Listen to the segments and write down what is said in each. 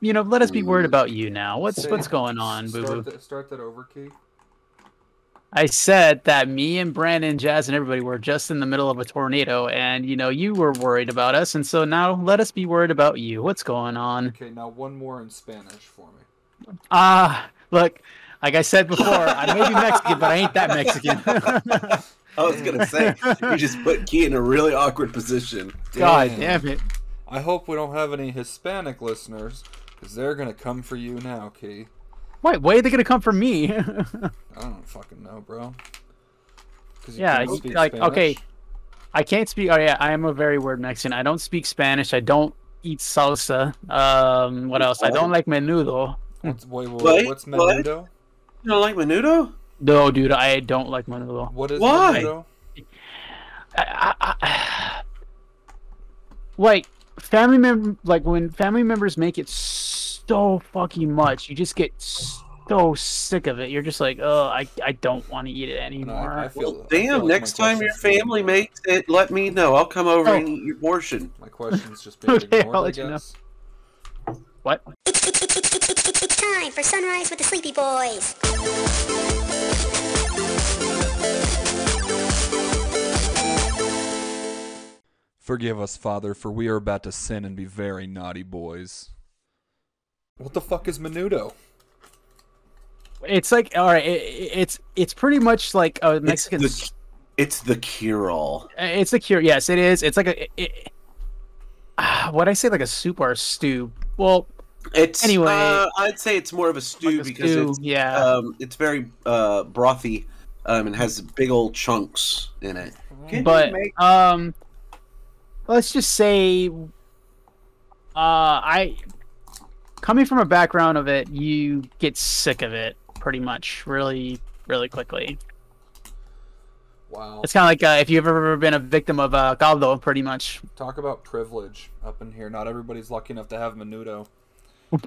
you know, let us be worried Mm. about you now. What's what's going on, Boo Start, Boo? that, start that over key. I said that me and Brandon, Jazz, and everybody were just in the middle of a tornado, and you know, you were worried about us, and so now let us be worried about you. What's going on? Okay, now one more in Spanish for me. Ah, look, like I said before, I may be Mexican, but I ain't that Mexican. I was gonna say you just put Key in a really awkward position. God Damn. damn it. I hope we don't have any Hispanic listeners, because they're gonna come for you now, Key. Wait, why are they gonna come for me? I don't fucking know, bro. 'Cause Yeah, can't you- speak like, okay. Spanish? I can't speak. Oh yeah, I am a very word Mexican. I don't speak Spanish. I don't eat salsa. Um, what else? I don't like menudo. What's, wait, wait, What? what's What? menudo? You don't like Menudo? No, dude, I don't like menudo. What is Why? menudo? I, I, I, like family mem- like when family members make it so fucking much, you just get so sick of it. You're just like, oh, I, I don't want to eat it No, I, I anymore. feel, I feel Damn! like next my time your question's being family ignored. makes it, let me know. I'll come over Oh. and eat your portion. My question's just being Okay, I'll ignored, I let you know. guess. What? It's time for sunrise with the sleepy boys. Forgive us, Father, for we are about to sin and be very naughty boys. What the fuck is menudo? It's like, all right, it, it- it's it's pretty much like a Mexican. It's the, it's the cure-all. It's a cure. Yes, it is. It's like a. It, uh, what I say, like a soup or a stew. Well, It's Anyway. Uh, I'd say it's more of a stew like a because stew, it's yeah. um, it's very uh, brothy um, and has big old chunks in it. Can you but make- um let's just say uh i coming from a background of it you get sick of it pretty much really really quickly Wow. it's kind of like uh, if you've ever been a victim of uh caldo pretty much Talk about privilege up in here. Not everybody's lucky enough to have menudo.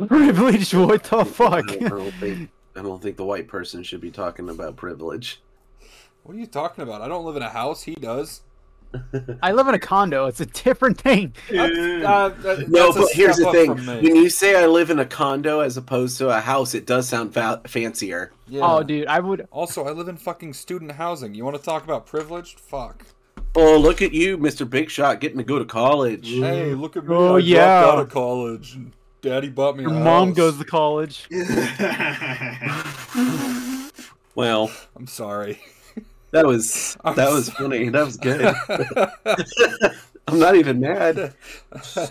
privilege what the I fuck don't, I don't think I don't think the white person should be talking about privilege. What are you talking about? I don't live in a house. He does. i live in a condo it's a different thing That's- uh, that- No, that's a but here's step the thing. up from me. When you say I live in a condo as opposed to a house, it does sound fa- fancier. Yeah. oh dude i would Also, I live in fucking student housing. You want to talk about privileged? Fuck. Oh, look at you, Mr. Big Shot, getting to go to college. Hey, look at me. Oh, I yeah. dropped out of college. and Daddy bought me a your mom house. goes to college Well, I'm sorry. that was I'm that was sorry. funny. That was good. I'm not even mad.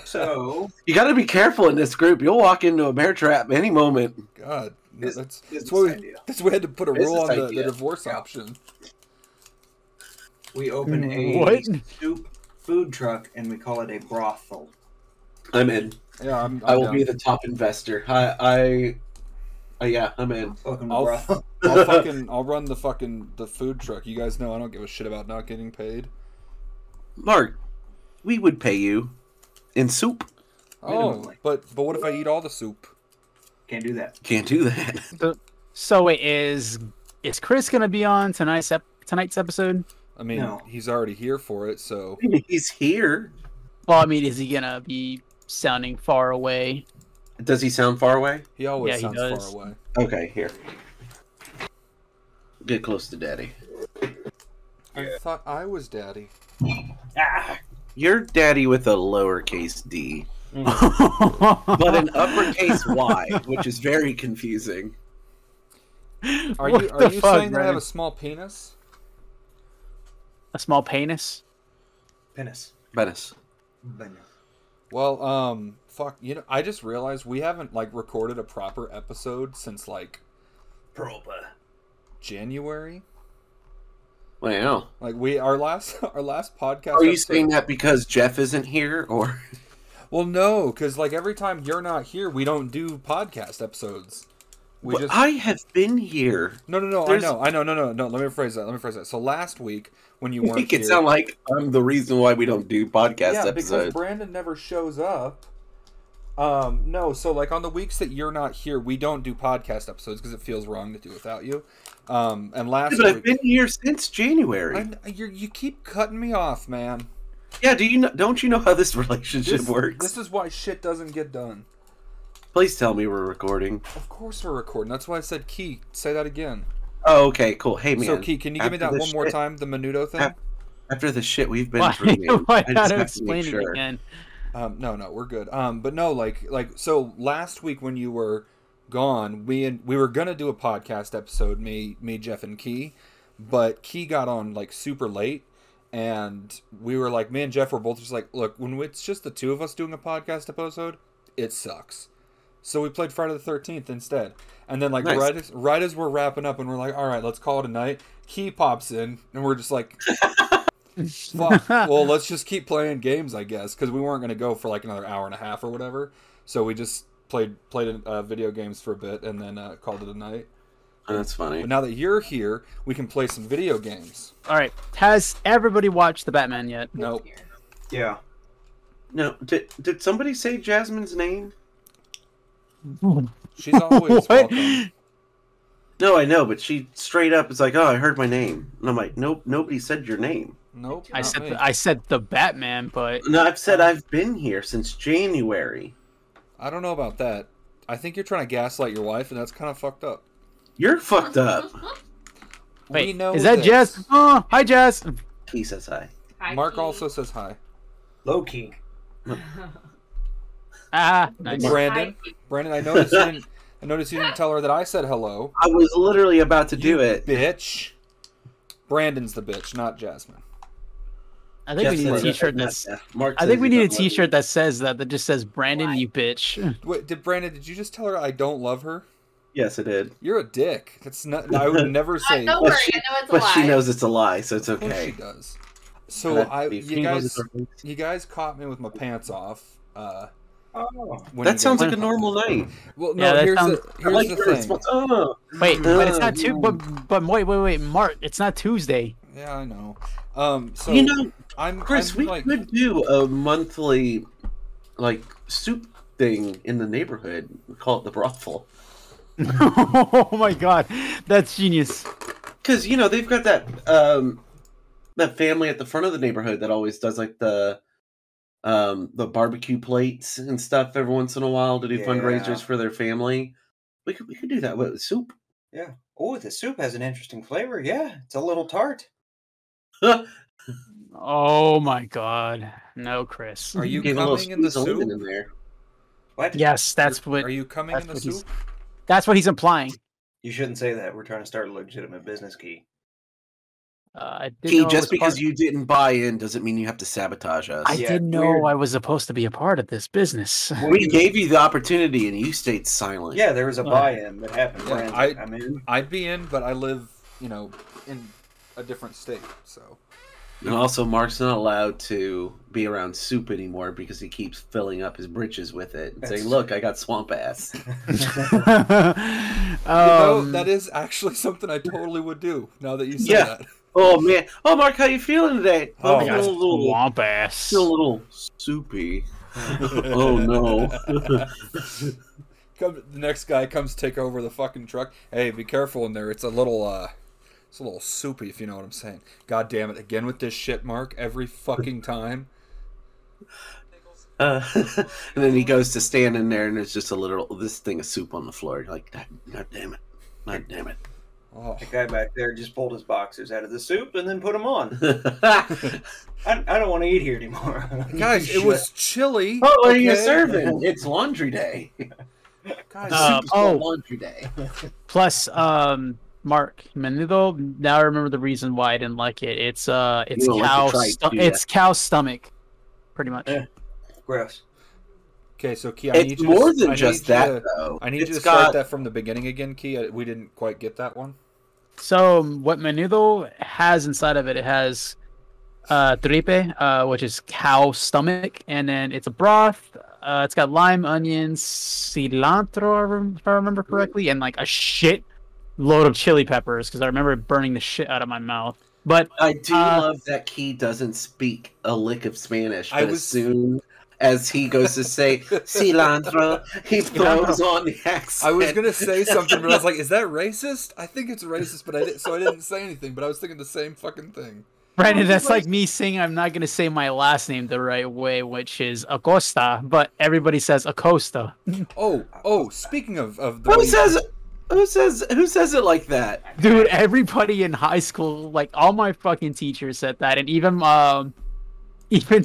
So you got to be careful in this group. You'll walk into a bear trap any moment. God, no, Bus- that's that's business why, we, idea. that's why we had to put a rule on Business the, the idea. divorce Yeah. option. We open a What? soup food truck and we call it a brothel. I'm in. Yeah, I'm, I'm I will down. be the top investor. I, I, I uh, yeah, I'm in. Welcome to I'll- brothel. I'll fucking I'll run the fucking the food truck. You guys know I don't give a shit about not getting paid. Mark, we would pay you in soup. Oh, Minimally. but but what if I eat all the soup? Can't do that. Can't do that. so it is is chris gonna be on tonight's ep- tonight's episode I mean, No. he's already here for it, so He's here. Well, I mean, is he gonna be sounding far away? Does he sound far away? he always Yeah, he sounds does. far away. Okay, here. Get close to daddy. I thought I was daddy. Ah, you're daddy with a lowercase d, but but an uppercase y, which is very confusing. Are What you are the you fuck, saying that I have Brandon? a small penis? a small penis. Penis. Venice. Penis. Well, um, fuck. You know, I just realized we haven't like recorded a proper episode since like Proba. January. Wow. Like we our last our last podcast. Are you episode- saying that because Jeff isn't here, or Well, no, because like every time you're not here, we don't do podcast episodes. We Well, just I have been here? no no no there's- I know I know no no no. Let me rephrase that. Let me rephrase that. So last week when you You weren't make here, it sound like I'm the reason why we don't do podcast yeah, because episodes. Brandon never shows up. Um, no, so like on the weeks that you're not here, we don't do podcast episodes because it feels wrong to do without you. Um, and last But I've week, been here since January. I- you're, you keep cutting me off, man. Yeah, do you know, don't you know how this relationship This, works? this is why shit doesn't get done. Please tell me we're recording. Of course we're recording. That's why I said Key. Say that again. Oh, okay, cool. Hey, man. so Key, can you give me after that this one more shit- time? The Menudo thing. Af- After the shit we've been Why, through, man, why I not just have to explain make it sure. again? Um, no, no, we're good. Um, but no, like, like, so last week when you were gone, we and we were gonna do a podcast episode, me, me, Jeff, and Key, but Key got on like super late, and we were like, me and Jeff were both just like, look, when it's just the two of us doing a podcast episode, it sucks. So we played Friday the Thirteenth instead, and then like Nice. right as right as we're wrapping up, and we're like, all right, let's call it a night. Key pops in, and we're just like, Fuck. well, let's just keep playing games, I guess, because we weren't gonna go for like another hour and a half or whatever. So we just played played uh, video games for a bit and then uh, called it a night. Oh, that's funny. But now that you're here, we can play some video games. All right. Has everybody watched the Batman yet? Nope. Yeah. No, did, did somebody say Jasmine's name? She's always What? welcome. No, I know, but she straight up is like, "Oh, I heard my name," and I'm like, "Nope, nobody said your name." Nope. I not said me. the, I said the Batman, but No, I've said I've been here since January. I don't know about that. I think you're trying to gaslight your wife, and that's kind of fucked up. You're fucked up. wait, we know is that this. Jess? Oh, hi Jess. He says hi. Hi, Mark Keith. also says hi. Low key. Ah, nice. Brandon, Hi, Keith. Brandon, I noticed you didn't. I noticed you didn't tell her that I said hello, I was literally about to do it. bitch. Brandon's the bitch, not Jasmine. I think we Jeff need a says- T-shirt uh, that's. uh, Mark I says think we he need a doesn't love T-shirt that says that that just says Brandon, you bitch. Wait, did Brandon? Did you just tell her I don't love her? me. Yes, I did. You're a dick. That's not. I would never Uh, say. don't But worry, she- I know it's a But lie. she knows it's a lie, so it's Of course she okay. does. So That- I, if you he knows guys, it's- you guys caught me with my pants off. Uh, Oh. when you that sounds guys- like a normal night. Well, no. Yeah, that here's sounds- the I here's like the your thing. response. Uh, Oh, Wait, but it's not Uh, too. But but wait, wait, wait, Mark, it's not Tuesday. Yeah, I know. Um, so you know, I'm Chris, I'm we like, could do a monthly, like soup thing in the neighborhood. We call it the brothel. oh my god, that's genius. because you know they've got that um that family at the front of the neighborhood that always does like the um the barbecue plates and stuff every once in a while to do Yeah. fundraisers for their family we could we could do that with soup Oh, the soup has an interesting flavor. Yeah, it's a little tart. Oh my god, no, Chris. are you Get a little coming in the squeeze of lemon in soup? there What? Yes, that's what. Are you coming That's in the what he's- soup? That's what he's implying. You shouldn't say that. We're trying to start a legitimate business key. Uh, I didn't Key, know I was just because part- you didn't buy in doesn't mean you have to sabotage us I Yeah, didn't know weird. I was supposed to be a part of this business. we gave you the opportunity and you stayed silent Yeah, there was a Uh, buy-in that happened. yeah, Brandon, I- I, mean, I'd be in, but I live, you know, in a different state. So and also mark's not allowed to be around soup anymore because he keeps filling up his britches with it and saying That's- look i got swamp ass you know, Um, that is actually something I totally would do. Now that you say Yeah. that. Oh man! Oh Mark, how you feeling today? Oh, I'm yeah, feeling a little, Swamp ass. still a little soupy. oh no! Come, the next guy comes take over the fucking truck. Hey, be careful in there. It's a little, uh, it's a little soupy, if you know what I'm saying. God damn it! Again with this shit, Mark. Every fucking time. uh, and then he goes to stand in there, and there's just a little this thing of soup on the floor. You're like, God, God damn it! God damn it! Oh, the guy back there just pulled his boxers out of the soup and then put them on. oh, I, I don't want to eat here anymore. guys, it was chilly. what are you okay? serving? It's laundry day. Uh, Guys, Uh, soup is called oh. laundry day. Plus, um, Mark Menudo. Now I remember the reason why I didn't like it. It's uh, it's don't like to cow. try to stu- do that. it's cow stomach, pretty much. Eh. gross. okay, so Key, I need It's you more to, I than need just you that, to- though. I need It's you to got start that from the beginning again, Key. I- We didn't quite get that one. So what Menudo has inside of it, it has uh, tripe, uh, which is cow stomach, and then it's a broth. Uh, it's got lime, onions, cilantro, I rem- if I remember correctly, and like a shit load of chili peppers because I remember it burning the shit out of my mouth. But I do Uh, love that Key doesn't speak a lick of Spanish, I but was- as soon as he goes to say cilantro, he throws on the accent. I was gonna say something, but I was like, "Is that racist?" I think it's racist, but I did, so I didn't say anything. But I was thinking the same fucking thing. Brandon, that's like me saying I'm not gonna say my last name the right way, which is Acosta, but everybody says Acosta. Oh, oh, speaking of, of the Who way- says? Who says? Who says it like that? Dude, everybody in high school, like all my fucking teachers said that, and even um, even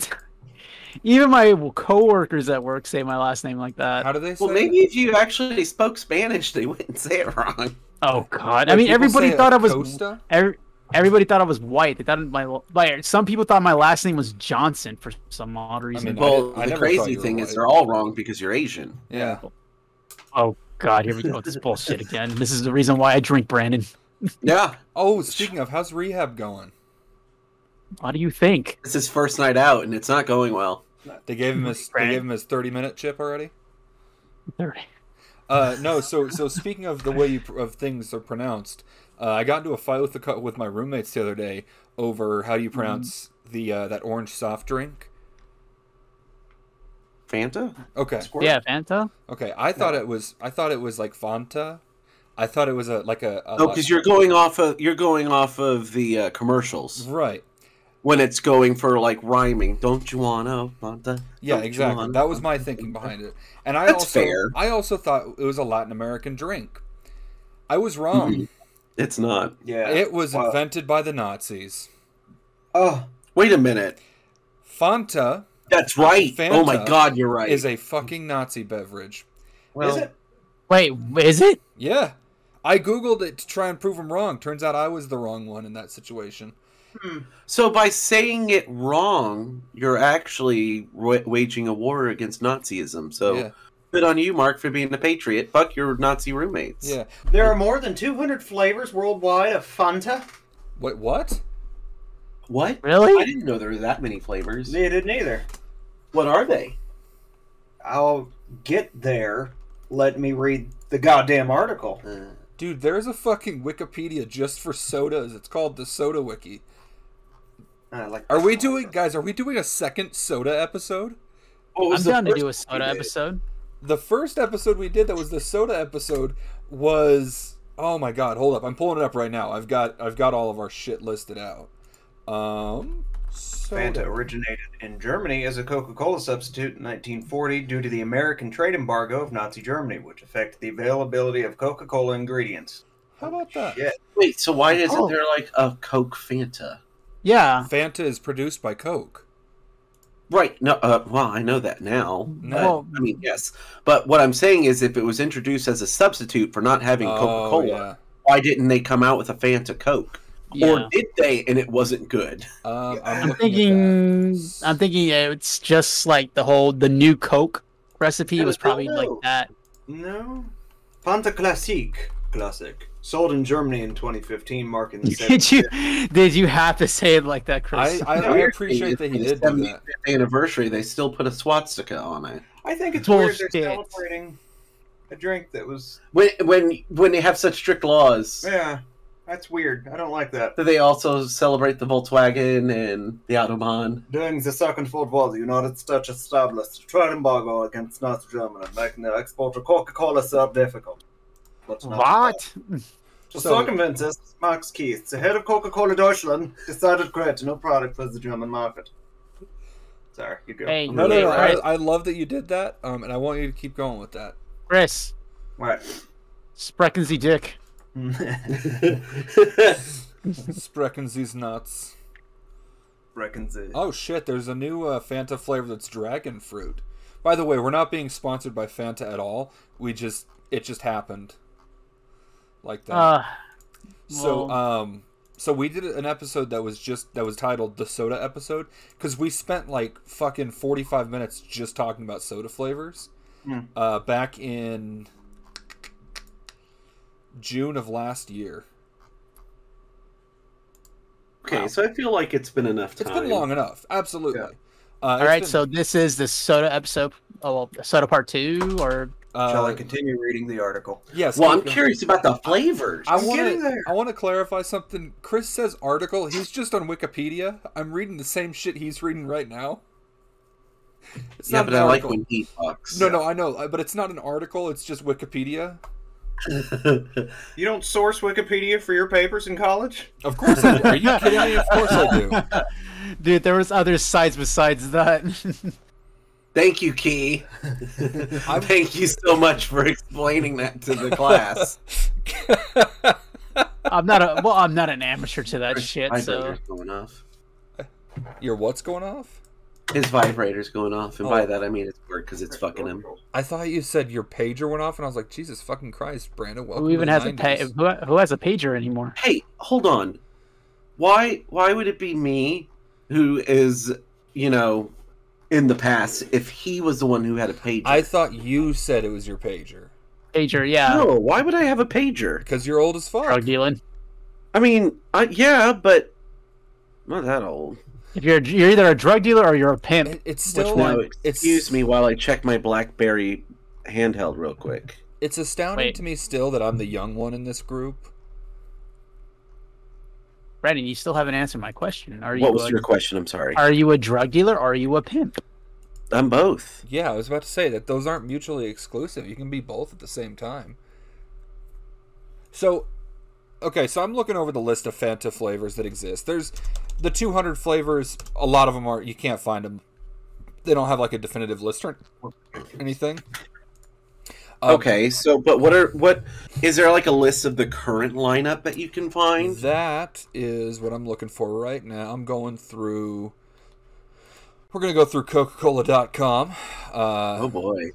even my coworkers at work say my last name like that. how do they say Well, maybe if you actually spoke Spanish, they wouldn't say it wrong. Oh God! I mean, Like, people everybody say thought I was. Acosta? every- everybody thought I was white. They thought my like some people thought my last name was Johnson for some odd reason. mean, I Well, did- I the never thought crazy you were thing is white. they're all wrong because you're Asian. Yeah. oh God! Here we go with this bullshit again. This is the reason why I drink, Brandon. Yeah, Oh, speaking of, how's rehab going? What do you think? it's his first night out, and it's not going well. They gave him his they gave him his thirty minute chip already. They're- Uh, no, so so speaking of the way you, pr- of things are pronounced, uh, I got into a fight with the co- with my roommates the other day over how do you Mm-hmm. pronounce the uh, that orange soft drink. Fanta? Okay, Squirt? Yeah, Fanta. okay. I thought it was I thought it was like Fanta. I thought it was a like a, a No, because you're going off of you're going off of the uh, commercials right. when it's going for like rhyming. Don't you wanna? Fanta? Yeah, Don't you exactly. wanna- That was my thinking behind it, and I That's also fair. I also thought it was a Latin American drink. I was Mm-hmm. wrong. It's not. Yeah. It was Wow. invented by the Nazis. Oh, Wait a minute. Fanta That's right. oh my Fanta God, you're right. is a fucking Nazi beverage. well, is it? Wait, is it? Yeah. I googled it to try and prove him wrong. Turns out I was the wrong one in that situation. So by saying it wrong, you're actually wa- waging a war against Nazism. So Yeah. good on you, Mark, for being a patriot. Fuck your Nazi roommates. Yeah. There are more than 200 flavors worldwide of Fanta. What what? What? I Really? didn't know there were that many flavors. They didn't either. What are they? I'll get there. Let me read the goddamn article. Uh, Dude, there's a fucking Wikipedia just for sodas. It's called the Soda Wiki. I like Are we doing guys, are we doing a second soda episode? what I'm was the down to first do a one soda we did? episode. The first episode we did that was the soda episode was Oh my god, hold up. I'm pulling it up right now. I've got I've got all of our shit listed out. Um Fanta soda. originated in Germany as a Coca-Cola substitute in 1940 due to the American trade embargo of Nazi Germany, which affected the availability of Coca-Cola ingredients. How about that? Shit. Wait, so why isn't Oh. there like a Coke Fanta? Yeah. Fanta is produced by Coke. Right. No. Uh, well, I know that now. No. Well, I mean, yes. But what I'm saying is, if it was introduced as a substitute for not having Coca Oh, Cola, yeah. why didn't they come out with a Fanta Coke? yeah. Or did they and it wasn't good? Um, I'm, I'm looking at that. thinking. I'm thinking it's just like the whole the new Coke recipe Yeah, was but I probably don't like know. that. No. Fanta Classique. Classic. Sold in Germany in 2015, marking the Did you did you have to say it like that, I, Chris? I, I Weird appreciate that thing he is did for the do that. 75th anniversary, they still put a swastika on it. I think it's weird Bullshit. they're celebrating a drink that was. When when when they have such strict laws, Yeah, that's weird. I don't like that. do they also celebrate the Volkswagen and the Autobahn? During the Second World War, the United States established a trade embargo against Nazi Germany, making the export of Coca-Cola so difficult. But not- what? To So- circumvent this, Max Keith, the head of Coca-Cola Deutschland, decided to create a new product for the German market. Sorry, you go. Hey, No, no, no. I, Right. I love that you did that, um, and I want you to keep going with that. Chris, Right. Sprechen Sie Dick. Sprechen these nuts. Reckons it. Oh shit! There's a new uh, Fanta flavor that's dragon fruit. By the way, we're not being sponsored by Fanta at all. We just it just happened like that. Uh, so well- um, so we did an episode that was just that was titled the soda episode because we spent like fucking 45 minutes just talking about soda flavors. Hmm. Uh, back in June of last year. okay, so I feel like it's been enough time. It's been long enough. Absolutely. Uh, all right. So this is the soda episode. Oh, well, soda part two, or Shall I uh, continue reading the article? yes. Well, I'm keep going. curious about the flavors. I I'm getting want to. there. I want to clarify something. Chris says article. He's just on Wikipedia. I'm reading the same shit he's reading right now. It's yeah, not but an I like article. when he talks. No, no, I know, I- but it's not an article. It's just Wikipedia. You don't source Wikipedia for your papers in college? Of course I do. Are you kidding me? Of course I do. Dude, there was other sites besides that. Thank you, Key. Thank you so much for explaining that to the class. I'm not a well, I'm not an amateur to that shit. My So vibrator's going off. Your what's going off? His vibrator's going off, and Oh. by that I mean it's work because it's fucking him. I thought you said your pager went off, and I was like, Jesus fucking Christ, Brandon. Welcome who even to the has a 90s. pa- who, who has a pager anymore? Hey, hold on. Why? Why would it be me who is, you know, in the past if he was the one who had a pager? I thought you said it was your pager Pager, yeah, no. Why would I have a pager? because you're old as fuck. drug dealing. I mean, I, yeah, but I'm not that old. If you're you're either a drug dealer or you're a pimp. It- it's still one? Now, like, it's excuse me while I check my BlackBerry handheld real quick. It's astounding Wait. to me still that I'm the young one in this group. Brandon, you still haven't answered my question. Are you What was a, your question? I'm sorry. are you a drug dealer or are you a pimp? I'm both. Yeah, I was about to say that those aren't mutually exclusive. You can be both at the same time. So, okay, so I'm looking over the list of Fanta flavors that exist. There's the 200 flavors. A lot of them are you can't find them. They don't have like a definitive list or anything. Oh. Um, Okay, so but what are what is there like a list of the current lineup that you can find? That is what I'm looking for right now. I'm going through. We're gonna go through Coca-Cola.com. Uh, Oh boy.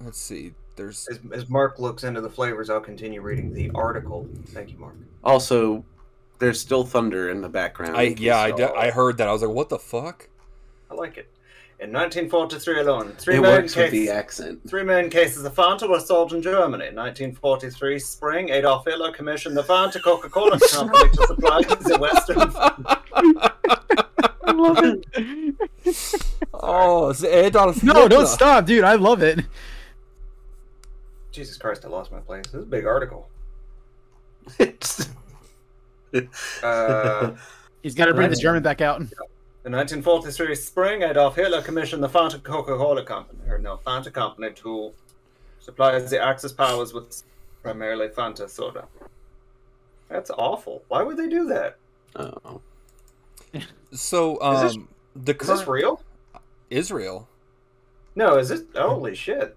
Let's see. There's As, as Mark looks into the flavors, I'll continue reading the article. Thank you, Mark. Also, there's still thunder in the background. I yeah, I, de- I heard that. I was like, what the fuck? I like it. In 1943 alone, three It million works with cases. the uh, accent. Three million cases of Fanta were sold in Germany. In 1943 spring, Adolf Hitler commissioned the Fanta Coca-Cola Company to supply to the Western I love it. Oh, it's Adolf no, don't stop, dude. I love it. Jesus Christ, I lost my place. This is a big article. Uh, He's got to bring the German back out. in 1943 spring, Adolf Hitler commissioned the Fanta Coca-Cola Company, or no, Fanta Company, to supply the Axis powers with primarily Fanta soda. That's awful. Why would they do that? oh. So, um, Is this- the Is current this real? Israel. No, is it? Holy shit.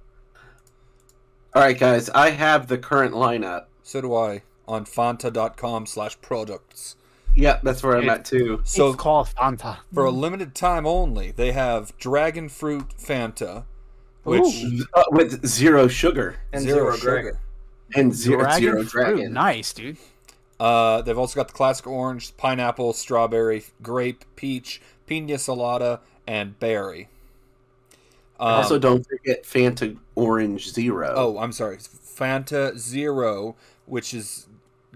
All right, guys, I have the current lineup. So do I on Fanta.com slash products. Yep, that's where I'm at too. So So call Fanta. for a limited time only, they have dragon fruit Fanta, which Ooh. Uh, with zero sugar And zero, zero sugar. and zero Dragon zero fruit. dragon. Nice, dude. Uh, they've also got the classic orange, pineapple, strawberry, grape, peach, pina colada, and berry. Um, also, don't forget Fanta Orange Zero. Oh, I'm sorry. Fanta Zero, which is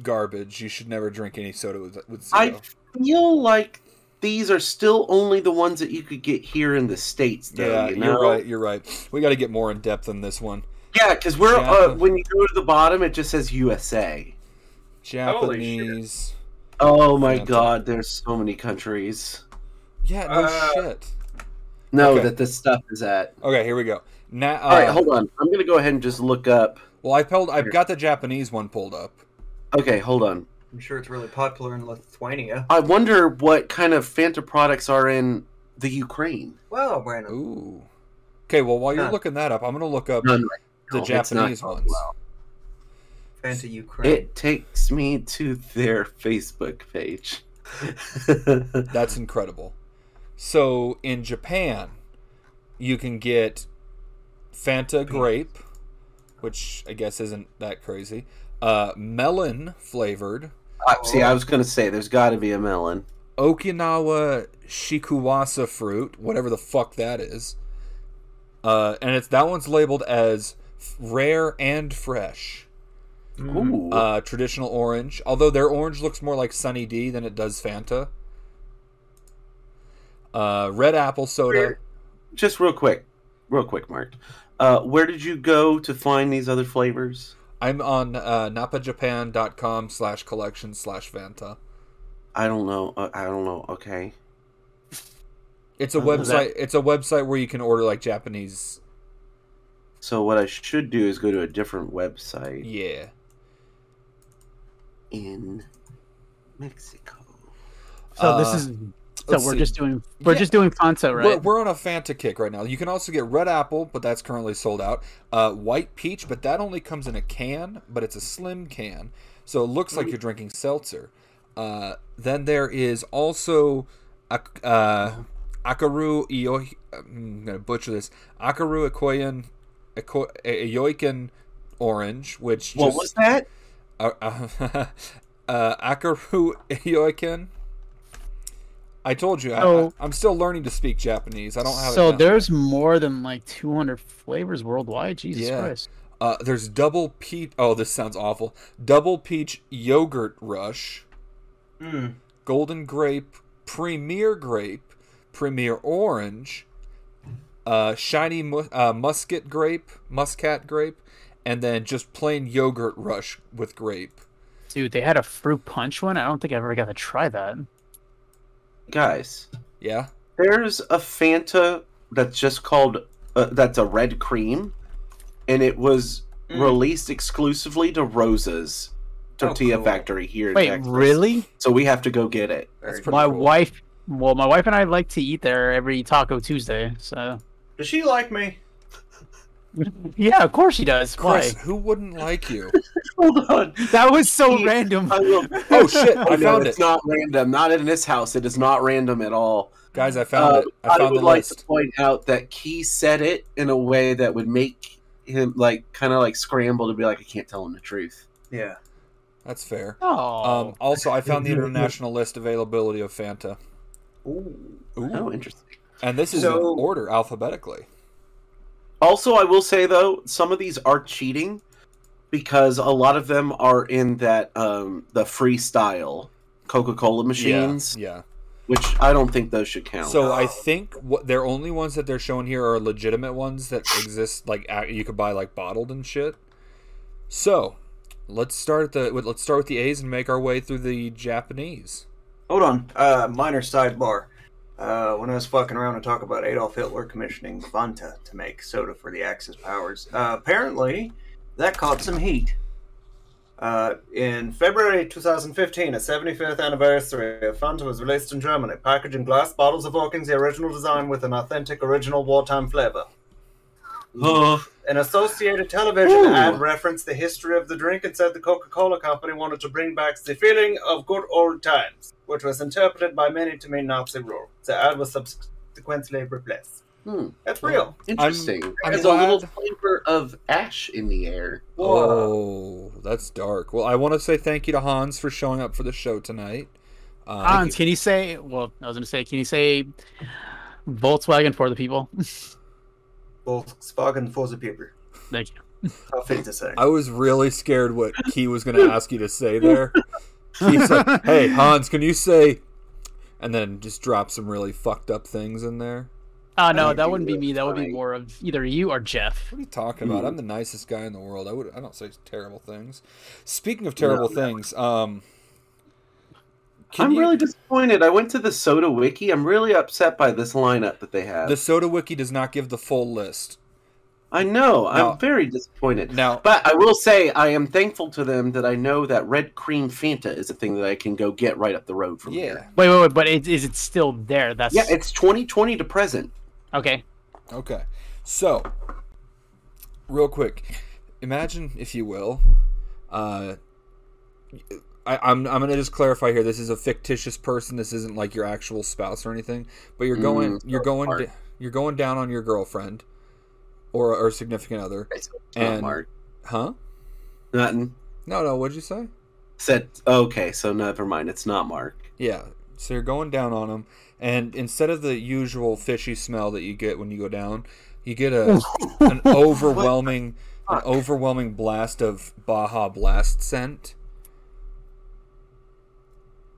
garbage. You should never drink any soda with, with I zero. feel like these are still only the ones that you could get here in the states. Though, yeah, you you know? are right. You're right. We got to get more in depth on this one. Yeah, because we're Java. uh, when you go to the bottom, it just says USA. Holy shit. Japanese. Oh my Fanta. God, there's so many countries. Yeah, no Uh, shit. No, Okay. that this stuff is at. Okay, here we go. Now, uh, All right, hold on. I'm gonna go ahead and just look up. well, I pulled. I've got the Japanese one pulled up. Okay, hold on. I'm sure it's really popular in Lithuania. I wonder what kind of Fanta products are in the Ukraine. Wow, Brandon. Ooh. Okay, well, while you're Huh. looking that up, I'm gonna look up None right the now. Oh, It's not Japanese going ones. well. Fanta Ukraine. It takes me to their Facebook page. That's incredible. So in Japan, you can get Fanta grape, which I guess isn't that crazy. Uh, melon flavored I- See, I was gonna say there's got to be a melon. Okinawa shikuwasa fruit, whatever the fuck that is. Uh, and it's that one's labeled as f- rare and fresh. Ooh. Uh, traditional orange, although their orange looks more like Sunny D than it does Fanta. Uh, red apple soda. Rare. just real quick, real quick, Mark. Uh, where did you go to find these other flavors? I'm on uh, napajapan.com slash collection slash Vanta. I don't know. Uh, I don't know. Okay. It's a Oh, is that- website. It's a website where you can order like Japanese. So what I should do is go to a different website. Yeah, in Mexico. So this Uh, is so let's we're see. just doing we're Yeah. just doing Fanta, right? We're, we're on a Fanta kick right now. You can also get Red Apple, but that's currently sold out. Uh, white Peach, but that only comes in a can, but it's a slim can. So it looks like you're drinking seltzer. Uh, then there is also Ak- uh, Akaru Iyo. I'm going to butcher this. Akaru Ikoyan, Iko- Ioikin Orange, which What just- was that? uh, uh, uh, Akaru Ioiken. I told you, I, So- I, am still learning to speak Japanese. I don't have so it down. there's more than like 200 flavors worldwide. Jesus Yeah. Christ! Uh, there's double peach. Oh, this sounds awful. Double peach yogurt rush, Mm. golden grape, premier grape, premier orange, uh, shiny mu- uh, musket grape, muscat grape, and then just plain yogurt rush with grape. Dude, they had a fruit punch one. I don't think I ever got to try that. Guys, Yeah. there's a Fanta that's just called uh, that's a red cream and it was Mm. released exclusively to Rosa's Tortilla cool. Factory here Wait, in Texas. really? So we have to go get it. Very pretty My cool. wife. Well, my wife and I like to eat there every Taco Tuesday. So Does she like me? yeah, of course she does. Chris, Why? who wouldn't like you? Hold on. That was so He- random. I will oh shit! I no, found it. It's not random. Not in this house. It is not random at all. Guys, I found Uh, it. I found would the like list. to point out that Key said it in a way that would make him like kind of like scramble to be like, I can't tell him the truth. Yeah. That's fair. Oh, Um, also, I found the international list availability of Fanta. Ooh. Oh, Ooh. interesting. And this is in So- order alphabetically. Also, I will say though, some of these are cheating because a lot of them are in that um the freestyle Coca-Cola machines, Yeah. which I don't think those should yeah. count. So I think what they're only ones that they're showing here are legitimate ones that exist. Like ac- you could buy like bottled and shit. So let's start at the with- let's start with the A's and make our way through the Japanese. Hold on. Uh, minor sidebar. Uh, when I was fucking around to talk about Adolf Hitler commissioning Fanta to make soda for the Axis powers, uh, apparently that caught some heat. Uh, in February 2015, a 75th anniversary of Fanta was released in Germany, packaged in glass bottles evoking the original design with an authentic original wartime flavor. Ugh. An associated television Ooh. ad referenced the history of the drink and said the Coca Cola Company wanted to bring back the feeling of good old times, which was interpreted by many to mean Nazi rule. The ad was subsequently replaced. Hmm. That's real. Interesting. I'm There's a little glad- flavor of ash in the air. Whoa, Oh, that's dark. Well, I want to say thank you to Hans for showing up for the show tonight. Um, Hans, can you say? Well, I was gonna say, can you say Volkswagen for the people? Volkswagen for the people. Thank you. Tough thing to say. I was really scared what Key was going to ask you to say there. He's like, "Hey Hans, can you say?" And then just drop some really fucked up things in there. Oh no, mean, that you wouldn't be were me. That would be fine. more of either you or Jeff. What are you talking about? I'm the nicest guy in the world. I would. I don't say terrible things. Speaking of terrible things, um, can I'm you- really disappointed. I went to the Soda Wiki. I'm really upset by this lineup that they have. the Soda Wiki does not give the full list. I know. Now- I'm very disappointed. Now, But I will say I am thankful to them that I know that red cream Fanta is a thing that I can go get right up the road from yeah, here. Wait, wait, wait. But it, is it still there? That's Yeah, it's 2020 to present. okay. okay. So, real quick, imagine if you will, uh, I, I'm I'm gonna just clarify here. This is a fictitious person. This isn't like your actual spouse or anything. But you're going Mm, you're going Mark. d- you're going down on your girlfriend, or or significant other, It's not And- Mark. huh? Nothing. No, no. What'd you say? Said okay, so never mind. It's not Mark. Yeah. So you're going down on them, and instead of the usual fishy smell that you get when you go down, you get a an overwhelming an Fuck. overwhelming blast of Baja Blast scent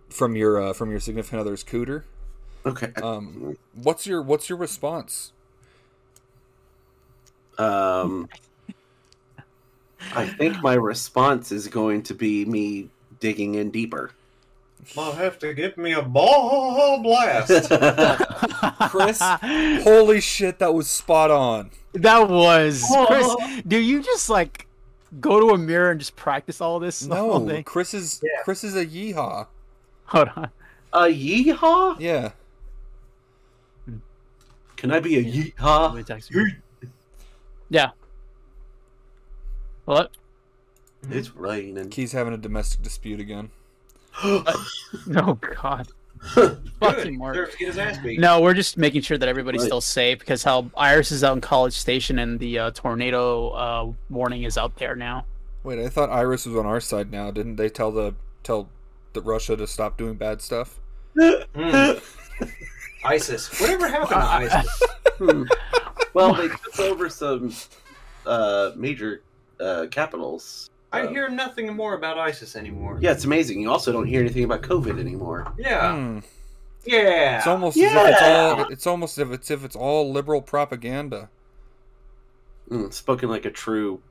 from your uh, from your significant other's cooter. Okay. Um, what's your what's your response? Um, I think my response is going to be me digging in deeper. I'll have to give me a ball blast. Chris, Chris? Ah, Holy shit, that was spot on. That was Chris. Do you just like go to a mirror and just practice all this? all No, day? Chris is Yeah. Chris is a yeehaw. Hold on. A yeehaw? Yeah. Can I be a yeehaw? Somebody text me. Yeah. What? It's raining. Key's having a domestic dispute again. No, Oh, God. Good. Fucking Mark. Deserves to get his ass beat. No, we're just making sure that everybody's Right. still safe because how Iris is out in College Station and the uh, tornado uh, warning is out there now. Wait, I thought Iris was on our side now. Didn't they tell the tell the Russia to stop doing bad stuff? Mm. ISIS. Whatever happened to ISIS? Hmm. well, they took over some uh, major uh, capitals. I hear nothing more about ISIS anymore. Yeah, it's amazing. You also don't hear anything about COVID anymore. Oh, Yeah. Hmm. Yeah. It's almost as if it's all it's almost as if it's if it's all liberal propaganda. Mm, spoken like a true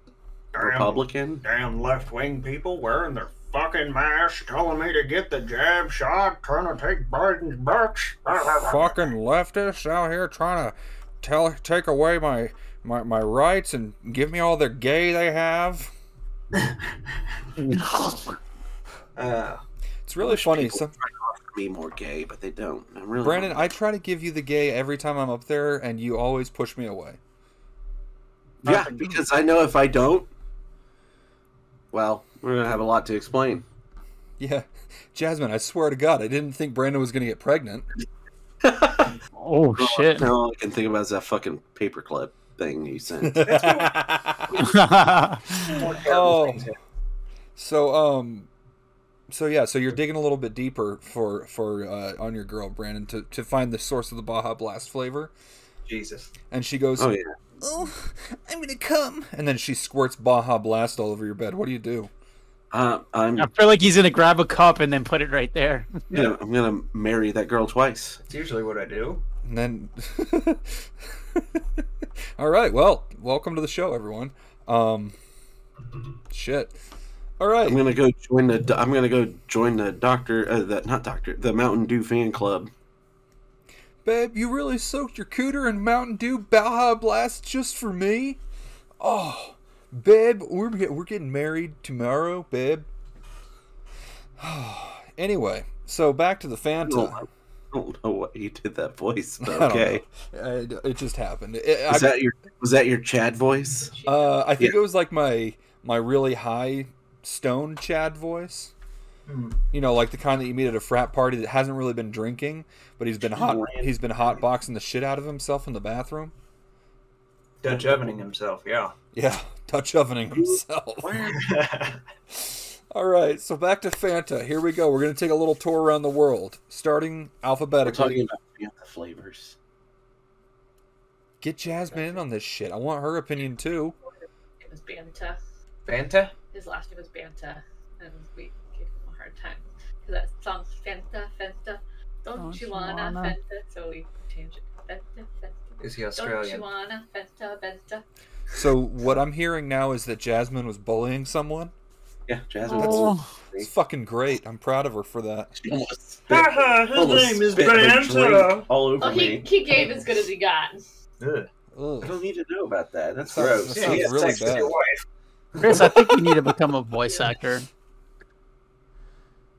Republican. damn left wing people wearing their fucking masks, telling me to get the jab shot, trying to take Biden's bucks. Fucking leftists out here trying to tell take away my my, my rights and give me all the gay they have. Uh, It's really funny. people Some, Be more gay, but they don't. I'm really Brandon, I try to give you the gay every time I'm up there, and you always push me away. yeah, because I know if I don't, well, we're gonna have a lot to explain. Yeah, Jasmine, I swear to God, I didn't think Brandon was gonna get pregnant. Oh, shit. Now all I can think about is that fucking paperclip thing you sent. oh, so um, so yeah, so you're digging a little bit deeper for for uh, on your girl Brandon to to find the source of the Baja Blast flavor, Jesus. and she goes, oh yeah. "Oh, I'm gonna come," and then she squirts Baja Blast all over your bed. What do you do? Uh, I'm I feel like he's going to grab a cup and then put it right there. gonna, I'm gonna marry that girl twice. That's usually what I do. And then, all right, well, welcome to the show, everyone. Um, shit. All right. I'm gonna go join the. do- I'm gonna go join the doctor. Uh, the not doctor. The Mountain Dew fan club. Babe, you really soaked your cooter in Mountain Dew Baja Blast just for me? Oh, babe, we're, get- we're getting married tomorrow, babe. anyway, so back to the I don't, I Fanta. don't know what you did that voice, I but don't okay. know. I- it just happened. It- I, Was that your Was that your Chad voice? uh, I think it was like my my really high stone Chad voice. Hmm. You know, like the kind that you meet at a frat party that hasn't really been drinking, but he's been hot. He's been hot boxing the shit out of himself in the bathroom. Dutch ovening himself, yeah. Yeah, Dutch ovening himself. All right, so back to Fanta. Here we go. We're going to take a little tour around the world, starting We're talking alphabetically. about Fanta flavors. Get Jasmine in on this shit. I want her opinion too. It was Banta. Banta? His last name was Banta, and we gave him a hard time because that song's Fanta, Fanta. Don't, Don't you you wanna, wanna? Fanta? So we changed it. Fanta, Fanta. Is he Don't you Australian? wanna Fanta, Fanta? So what I'm hearing now is that Jasmine was bullying someone. Yeah, Jasmine. Oh, It's fucking great. I'm proud of her for that. She almost spit- almost spit her uh, drink All over Oh, he, me. he gave as good as he got. Ugh. I Ugh. don't need to know about that. That's That gross. sounds- that sounds yeah, really sex with bad. your wife. Chris, I think you need to become a voice actor.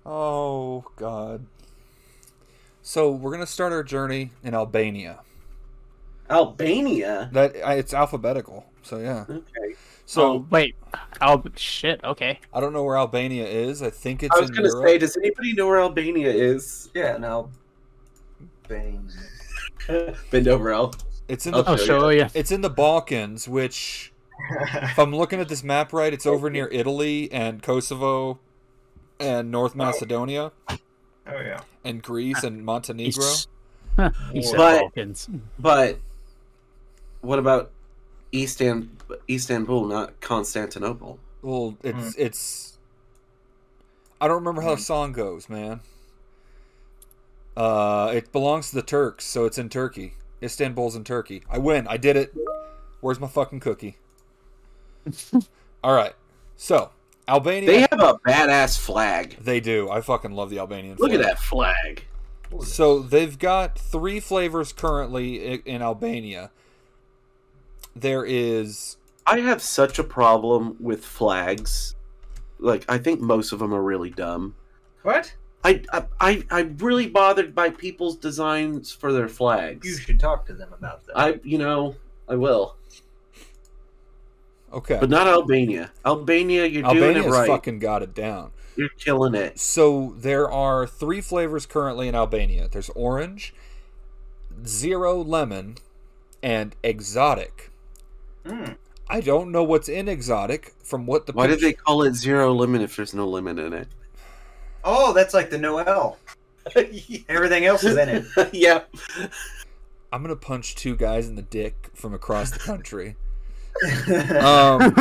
Oh God. So we're gonna start our journey in Albania. Albania. That I- it's alphabetical. So yeah. Okay. Um, So oh, wait. Oh, shit. Okay. I don't know where Albania is. I think it's I was in gonna Europe. say, does anybody know where Albania is? Yeah, no. Bang. Bend over, Al. it's in the Oh, I'll show sure. Yeah. it's in the Balkans, which if I'm looking at this map right, it's over near Italy and Kosovo and North Macedonia Oh, yeah. and Greece and Montenegro. He's, he said But- Balkans. But what about Eastan- Istanbul, not Constantinople? Well, it's it's I don't remember how the song goes, man. Uh it belongs to the Turks, so it's in Turkey. Istanbul's in Turkey. I win. I did it. Where's my fucking cookie? All right. So, Albania They have a badass flag. They do. I fucking love the Albanian Look at flag. that flag. So they've got three flavors currently i- in Albania. There is I have such a problem with flags. Like I think most of them are really dumb. What? I I I I'm really bothered by people's designs for their flags. You should talk to them about that. I you know I will, Okay. but not Albania. Albania, you're doing it Albania's right. fucking got it down. You're killing it. So there are three flavors currently in Albania. There's orange, zero lemon, and exotic. Hmm. I don't know what's in exotic from what the Why did picture- they call it zero lemon if there's no lemon in it? Oh, that's like the Noel. Everything else is in it. yeah. I'm gonna punch two guys in the dick from across the country. um,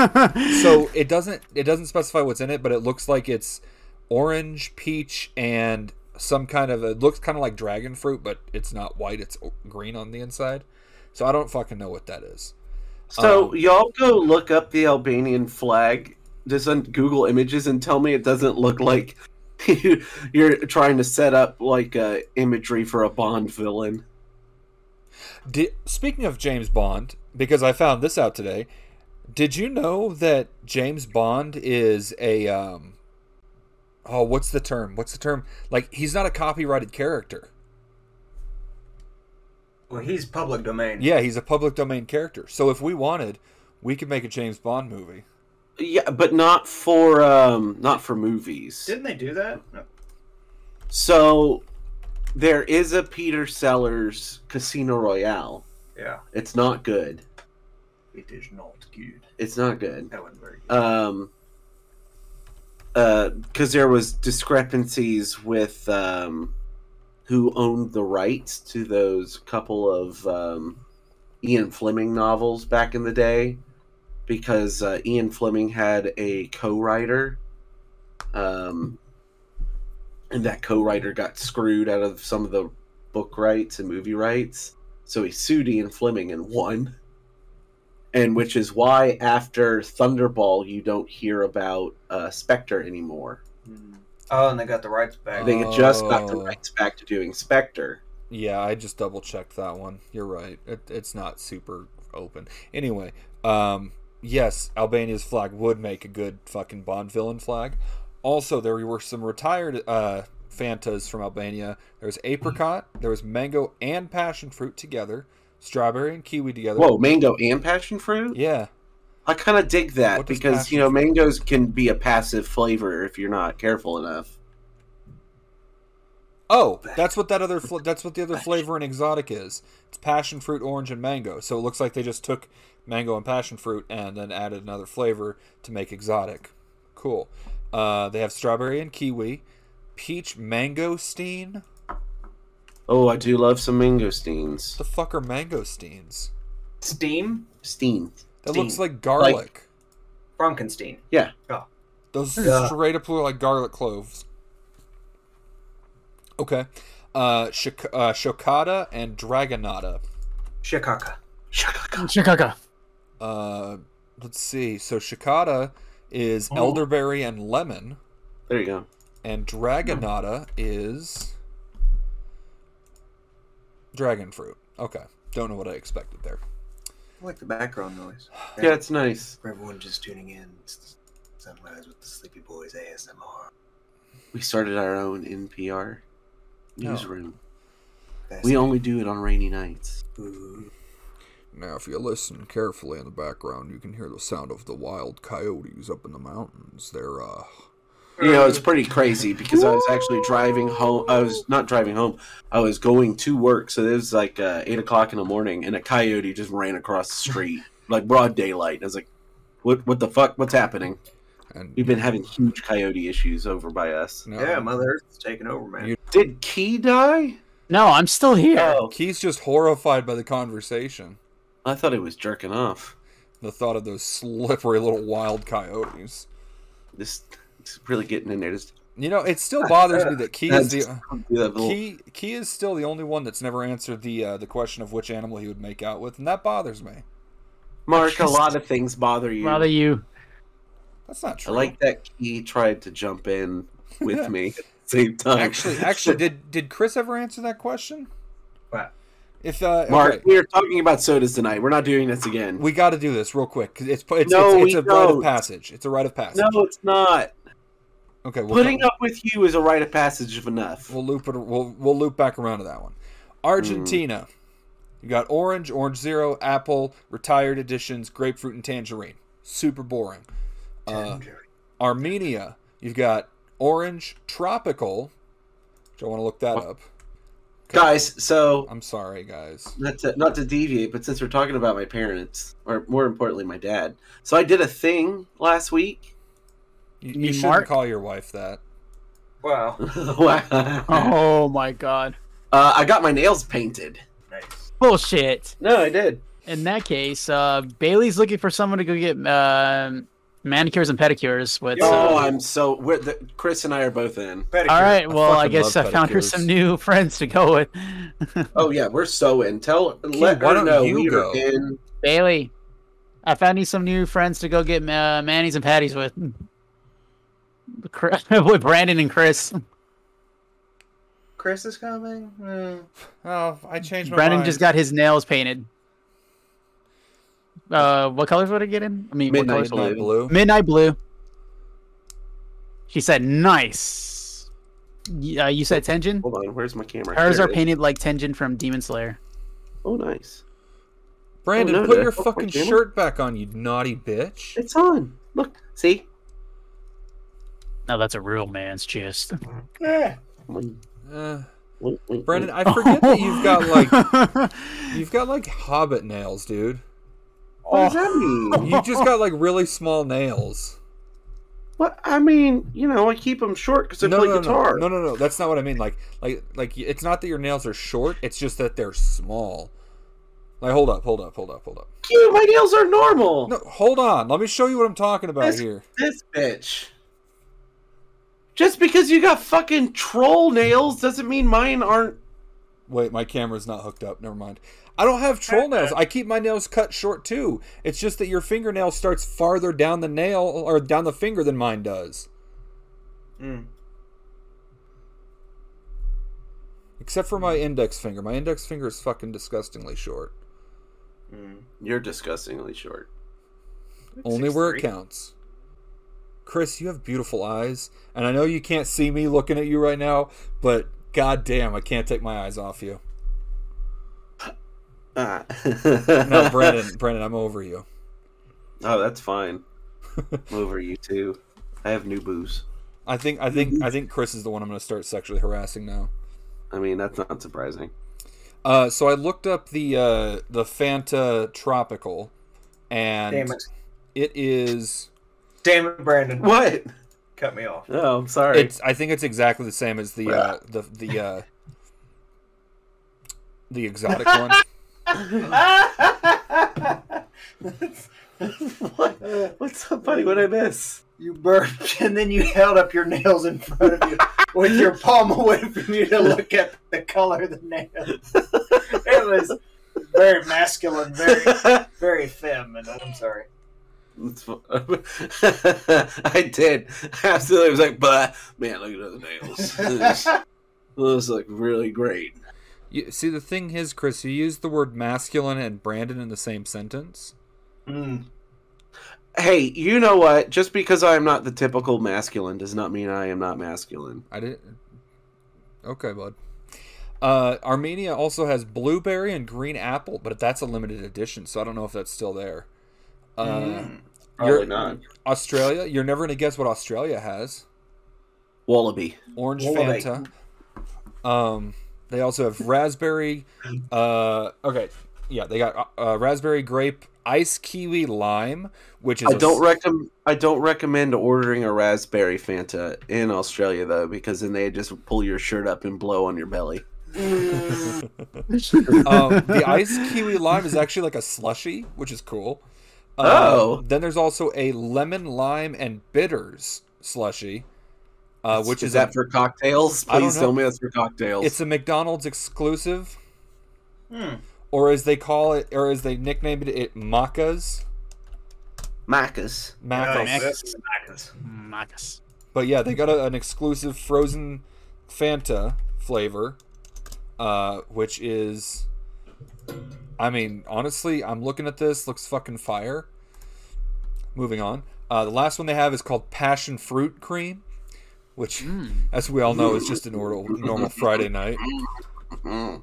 so it doesn't it doesn't specify what's in it, but it looks like it's orange, peach, and some kind of it looks kind of like dragon fruit, but it's not white; it's o- green on the inside. So I don't fucking know what that is. So Um, y'all go look up the Albanian flag just on Google Images and tell me it doesn't look like you- you're trying to set up like uh, imagery for a Bond villain. Di- speaking of James Bond, because I found this out today, did you know that James Bond is a um, oh, what's the term? What's the term? Like he's not a copyrighted character. well, he's public domain. Yeah, he's a public domain character. So if we wanted, we could make a James Bond movie. Yeah, but not for um, not for movies. Didn't they do that? No. So there is a Peter Sellers Casino Royale. Yeah, It's not good. it is not good. It's not good. That wasn't very good. um uh because there was discrepancies with um who owned the rights to those couple of um ian fleming novels back in the day because uh, ian fleming had a co-writer um and that co-writer got screwed out of some of the book rights and movie rights so he sued ian fleming and won and which is why after Thunderball you don't hear about uh, Spectre anymore. oh, and they got the rights back. They had just got the Oh. rights back to doing Spectre. Yeah, I just double checked that one. You're right. It, it's not super open. Anyway, um, yes, Albania's flag would make a good fucking Bond villain flag. Also, there were some retired uh, Fantas from Albania. There was apricot, there was mango and passion fruit together, strawberry and kiwi together. Whoa, mango and passion fruit? Yeah. I kind of dig that What does because you know passion fruit- mangoes can be a passive flavor if you're not careful enough. Oh, that's what that other fl- that's what the other flavor in exotic is. It's passion fruit, orange, and mango. So it looks like they just took mango and passion fruit and then added another flavor to make exotic. Cool. Uh, they have strawberry and kiwi, peach mangosteen. Oh, I do love some mangosteens. The fuck are mangosteens? Steam? Steam. That Steam. looks like garlic. Frankenstein. Those Yeah. straight up look like garlic cloves. Okay. Uh, shik- uh, shokata and dragonata. Shikaka. Chicago. Uh, let's see. So shikata is elderberry and lemon, There you go. and dragonata is dragon fruit. Okay, don't know what I expected there. I like the background noise. Yeah, it's nice. For everyone just tuning in, it's Sunrise with the Sleepy Boys ASMR. We started our own Oh. NPR No. newsroom. That's We only do it on rainy nights. Ooh. Now, if you listen carefully in the background, you can hear the sound of the wild coyotes up in the mountains. They're uh, You know, it's pretty crazy because I was actually driving home. I was not driving home. I was going to work. So it was like uh, eight o'clock in the morning, and a coyote just ran across the street, like broad daylight. I was like, "What? What the fuck? What's happening?" and We've been having huge coyote issues over by us. no, Yeah, Mother Earth's taking over, man. You- Did Key die? No, I'm still here. Oh, He's just horrified by the conversation. I thought it was jerking off. The thought of those slippery little wild coyotes. This it's really getting in there. Just You know, it still bothers me that Key is that's- the yeah, little- Key Key is still the only one that's never answered the uh, the question of which animal he would make out with, and that bothers me. Mark, a lot of things bother you. Bother you. That's not I true. like that Key tried to jump in Yeah. with me at the same time. actually, actually, did did Chris ever answer that question? What? If uh, Mark, okay, we are talking about sodas tonight. We're not doing this again. we got to do this real quick because it's it's, No, it's, it's we a rite of don't. passage. It's a rite of passage. no, it's not. Okay, we'll Putting up with you is a rite of passage of enough. We'll loop it. We'll we'll loop back around to that one. Argentina. You got orange, orange zero, apple, retired editions, grapefruit and tangerine. Super boring. Uh, Armenia. You've got orange, tropical. Do I want to look that up? Guys, so I'm sorry, guys. not to not to deviate, but since we're talking about my parents, or more importantly, my dad, so I did a thing last week. You, You you mean shouldn't Mark? call your wife that. Wow. Wow. uh, Oh my god. I got my nails painted. Nice. Bullshit. No, I did. In that case, uh, Bailey's looking for someone to go get um manicures and pedicures with. Yo. Uh, Oh, I'm so. We're the, Chris and I are both in. Pedicure. all right, well, I fucking guess love I found her pedicures. some new friends to go with. Oh yeah, we're so in. Tell let why her don't know you we go? are in. Bailey, I found you some new friends to go get uh, Manny's and Patties with. Cr- with Brandon and Chris. Chris is coming. Hmm. Oh, I changed my Brandon mind. just got his nails painted. Uh, what colors would I get in? I mean, what colors Midnight would I- Midnight blue. Midnight blue. She said, "Nice." Y- Uh, you said Tenjin. Hold on, where's my camera? Hers There are it is. painted like Tenjin from Demon Slayer. Oh, nice. Brandon, Oh, no, put dude. your Oh, fucking damn it. shirt back on, you naughty bitch. It's on. Look, see. No, that's a real man's chest. Yeah. Uh, Wink, wink, Brandon, wink. I forget that you've got like like. You've got like hobbit nails, dude. what does Oh. that mean? You just got like really small nails. what I mean, you know, I keep them short because I no, play no, guitar. no, no, no, no. That's not what I mean. Like, like, like. It's not that your nails are short. It's just that they're small. Like, hold up, hold up, hold up, hold up. Dude, my nails are normal. No, hold on. Let me show you what I'm talking about This- here. This bitch. Just because you got fucking troll nails doesn't mean mine aren't. Wait, my camera's not hooked up. Never mind. I don't have troll nails. I keep my nails cut short too. It's just that your fingernail starts farther down the nail or down the finger than mine does. Mm. Except for my index finger. My index finger is fucking disgustingly short. Mm. You're disgustingly short. Only where it 6'3". counts. Chris, you have beautiful eyes, and I know you can't see me looking at you right now, but goddamn, I can't take my eyes off you. Ah. No, Brennan, Brennan, I'm over you. Oh, that's fine. I'm over you too. I have new boobs. I think, I think, I think Chris is the one I'm going to start sexually harassing now. I mean, that's not surprising. Uh, so I looked up the uh, the Fanta Tropical, and Damn it. it is. Damn it, Brandon. What? Cut me off. Oh, I'm sorry. It's. I think it's exactly the same as the uh, the the uh, the exotic one. what? What's so funny? What I miss? You burped and then you held up your nails in front of you with your palm away from you to look at the color of the nails. It was very masculine, very very feminine. I'm sorry. It's fu- I did. Absolutely. I was like, but man, look at those nails. It was, it was like really great. You, see, the thing is, Chris, you used the word masculine and Brandon in the same sentence. Mm. Hey, you know what? Just because I am not the typical masculine does not mean I am not masculine. I didn't. Okay, bud. Uh, Armenia also has blueberry and green apple, but that's a limited edition, so I don't know if that's still there. Uh, Mm. Probably you're- not. Australia, you're never going to guess what Australia has. Wallaby. Orange Wallaby. Fanta. Um, they also have raspberry. Uh, okay, yeah, they got uh, uh, raspberry, grape, ice, kiwi, lime, which is I a don't s- recommend. I don't recommend ordering a raspberry Fanta in Australia though, because then they just pull your shirt up and blow on your belly. um, the ice kiwi lime is actually like a slushy, which is cool. Um, Oh. Then there's also a lemon lime and bitters slushy, uh, which is, that a, for cocktails? I don't Please tell know. me that's for cocktails. it's a McDonald's exclusive, Hmm. or as they call it, or as they nicknamed it, it Macca's. Macca's. Macca's. Nice. Nice. Marcus. But yeah, they got a, an exclusive frozen Fanta flavor, uh, which is I mean, honestly, I'm looking at this. Looks fucking fire. Moving on. Uh, the last one they have is called Passion Fruit Cream, which, as we all know, is just a normal, normal Friday night. Mm.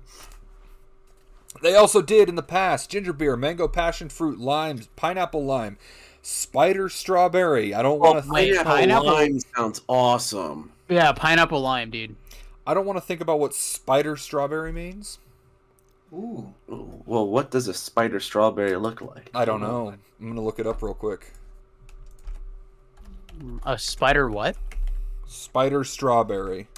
They also did in the past ginger beer, mango, passion fruit, limes, pineapple lime, spider strawberry. I Oh, don't want to think. pineapple, pineapple- lime sounds awesome. Yeah, pineapple lime, dude. I don't want to think about what spider strawberry means. Ooh. Well, what does a spider strawberry look like? I don't know. I'm gonna look it up real quick. A spider what? Spider strawberry.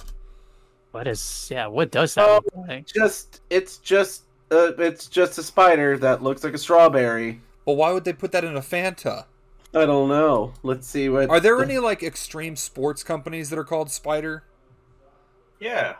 What is? Yeah, what does that? Oh. look like? Just it's just uh, it's just a spider that looks like a strawberry. But why would they put that in a Fanta? I don't know. Let's see what. Are there any like extreme sports companies that are called Spider? Yeah.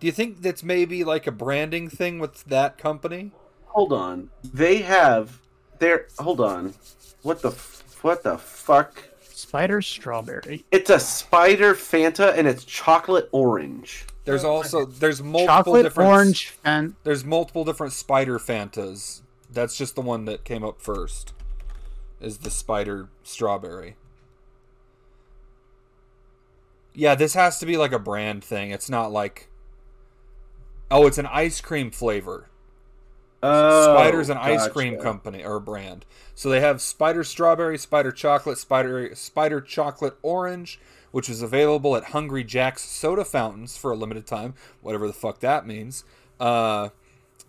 Do you think that's maybe like a branding thing with that company? Hold on. They have. They're. Hold on. What the. f- What the fuck? Spider strawberry. It's a spider Fanta and it's chocolate orange. There's also there's multiple Chocolate different orange and There's multiple different Spider Fantas. That's just the one that came up first. Is the Spider Strawberry. Yeah, this has to be like a brand thing. It's not like Oh, it's an ice cream flavor. Oh, Spider's an ice cream gotcha. company or brand. So they have Spider Strawberry, Spider Chocolate, Spider Spider Chocolate Orange, which is available at Hungry Jack's soda fountains for a limited time, whatever the fuck that means. Uh,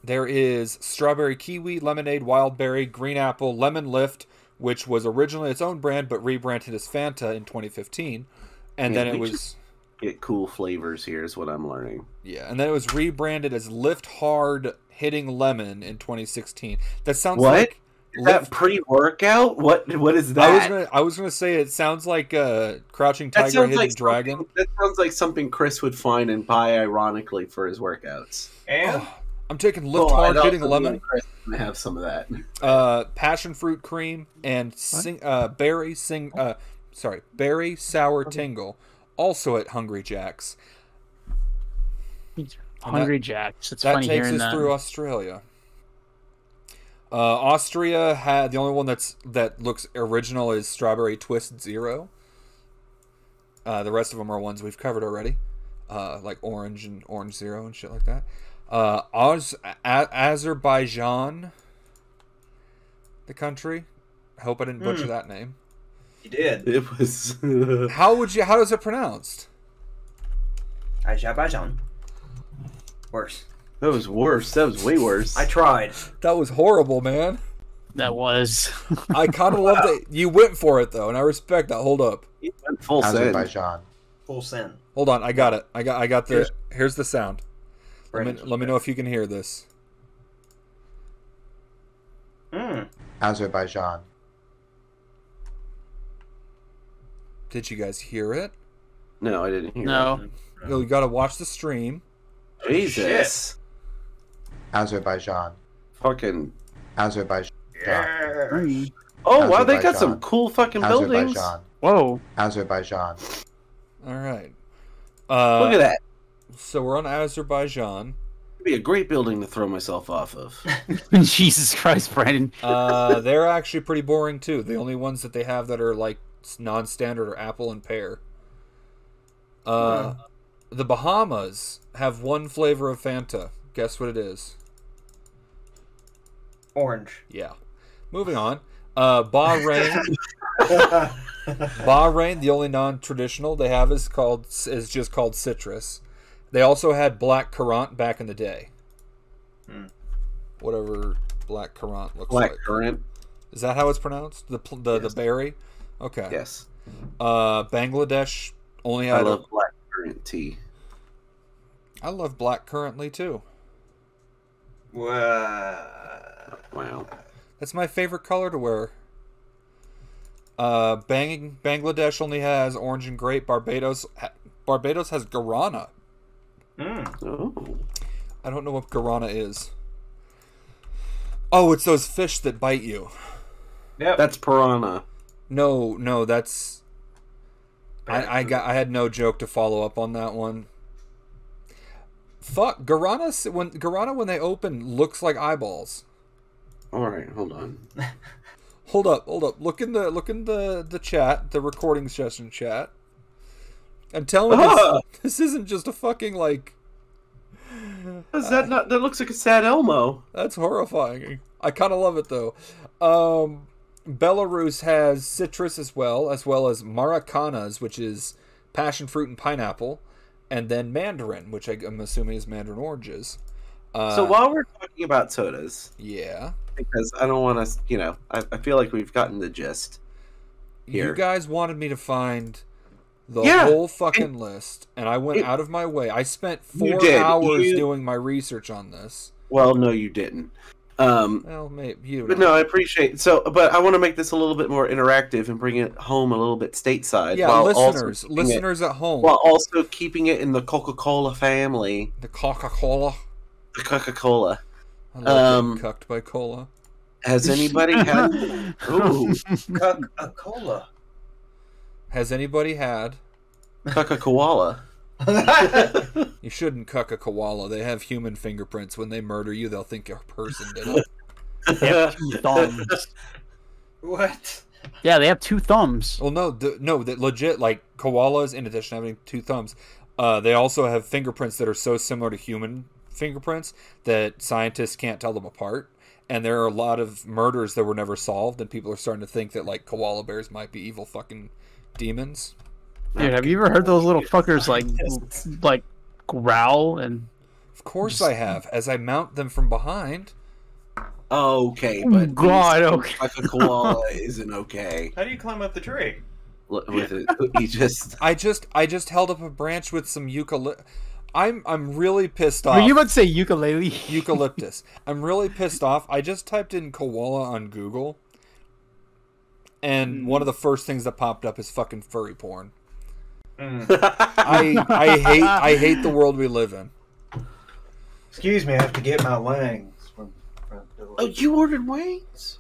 there is Strawberry Kiwi, Lemonade, Wild Berry, Green Apple, Lemon Lift, which was originally its own brand but rebranded as Fanta in 2015, and Man, then it we was. should- Get cool flavors here is what I'm learning. Yeah, and then it was rebranded as Lift Hard Hitting Lemon in 2016. That sounds What? like Is that Lift- pre-workout? What? What is that? I was gonna I was gonna say it sounds like uh, Crouching that Tiger sounds Hidden like Dragon. something- That sounds like something Chris would find and buy ironically for his workouts. And Oh, I'm taking Lift Oh, I'd Hard also Hitting be Lemon, like, Chris, I'm gonna have some of that. uh, Passion Fruit Cream, and sing, uh, Berry Sing uh, sorry, Berry Sour Tingle, also at Hungry Jack's. Hungry Jacks. It's That funny takes hearing us that. through Australia. Uh, Austria had the only one that's that looks original is Strawberry Twist Zero. Uh, the rest of them are ones we've covered already, uh, like Orange and Orange Zero and shit like that. Uh, Oz- A- Azerbaijan, the country. I hope I didn't butcher Hmm. that name. he did. It was. How would you? How is it pronounced? Azerbaijan. Worse. That was worse. That was way worse. I tried. That was horrible, man. That was. I kind of love that you went for it though, and I respect that. Hold up. It went full send. Azerbaijan. Full sin. Hold on, I got it. I got I got the Here's- here's the sound. Let me, Brandon's let me know if you can hear this. Mm. Azerbaijan. Did you guys hear it? No, I didn't hear. No. No, you gotta watch the stream. it. Jesus. Azerbaijan. Fucking. Azerbaijan. Yeah. Oh wow, they got some Azerbaijan. cool fucking buildings. Azerbaijan. Whoa. Azerbaijan. All right. Uh, Look at that. So we're on Azerbaijan. It'd be a great building to throw myself off of. Jesus Christ, Brandon. Uh, they're actually pretty boring too. The only ones that they have that are like s- non-standard are apple and pear. Uh, the Bahamas have one flavor of Fanta. Guess what it is? Orange. Yeah. Moving on. Uh, Bahrain. Bahrain, the only non-traditional they have is called is just called citrus. They also had black currant back in the day. Hmm. Whatever black currant looks Black like. currant. Is that how it's pronounced? The pl- Yes. the, the berry. Okay. Yes. Uh, Bangladesh only I had. love black currant tea. I love black currantly too. Wow. Wow. That's my favorite color to wear. Uh, Bang- Bangladesh only has orange and grape. Barbados ha- Barbados has guarana. Mm. Oh. I don't know what guarana is. Oh, it's those fish that bite you. Yep. That's piranha. No, no, that's I, I got I had no joke to follow up on that one. Fuck, Garana s- when Garana when they open looks like eyeballs. All right, hold on. Hold up, hold up. Look in the look in the the chat, the recording session chat. I'm telling you, Ah! this, this isn't just a fucking like Is that not? That looks like a sad Elmo. That's horrifying. I kind of love it though. Um, Belarus has citrus as well, as well as maracanas, which is passion fruit and pineapple, and then mandarin, which I, am assuming is mandarin oranges. Uh, So while we're talking about sodas, yeah, because I don't want to, you know, I, I feel like we've gotten the gist. you Here. guys wanted me to find the Yeah, whole fucking list, and I went it- out of my way. I spent You four did. hours You- doing my research on this. Well, no, you didn't. Um, Well, maybe you. but know. no, I appreciate. So, but I want to make this a little bit more interactive and bring it home a little bit stateside. yeah, while also listeners, keeping it- listeners at home, while also keeping it in the Coca-Cola family. the Coca-Cola. The Coca-Cola. I love Um, being cucked by cola. Has anybody had? Ooh, Coca Cola. Has anybody had? Coca-Cola. You shouldn't cuck a koala. They have human fingerprints. When they murder you, they'll think a person did it. They have two thumbs. What? Yeah, they have two thumbs. well, no, the, no, that legit like koalas. In addition to having two thumbs, uh, they also have fingerprints that are so similar to human fingerprints that scientists can't tell them apart. And there are a lot of murders that were never solved, and people are starting to think that like koala bears might be evil fucking demons. Dude, have you ever heard those little fuckers like like growl and Of course, I have. As I mount them from behind, Okay, Oh, but God, okay. Coca-Cola isn't okay. How do you climb up the tree? Look, With it, he just I just I just held up a branch with some eucalypt. I'm I'm really pissed off. Were you about to say ukulele? eucalyptus. I'm really pissed off. I just typed in koala on Google, and Hmm. one of the first things that popped up is fucking furry porn. Mm. Oh, I I hate I hate the world we live in. Excuse me, I have to get my wings from front door. Oh, you ordered wings?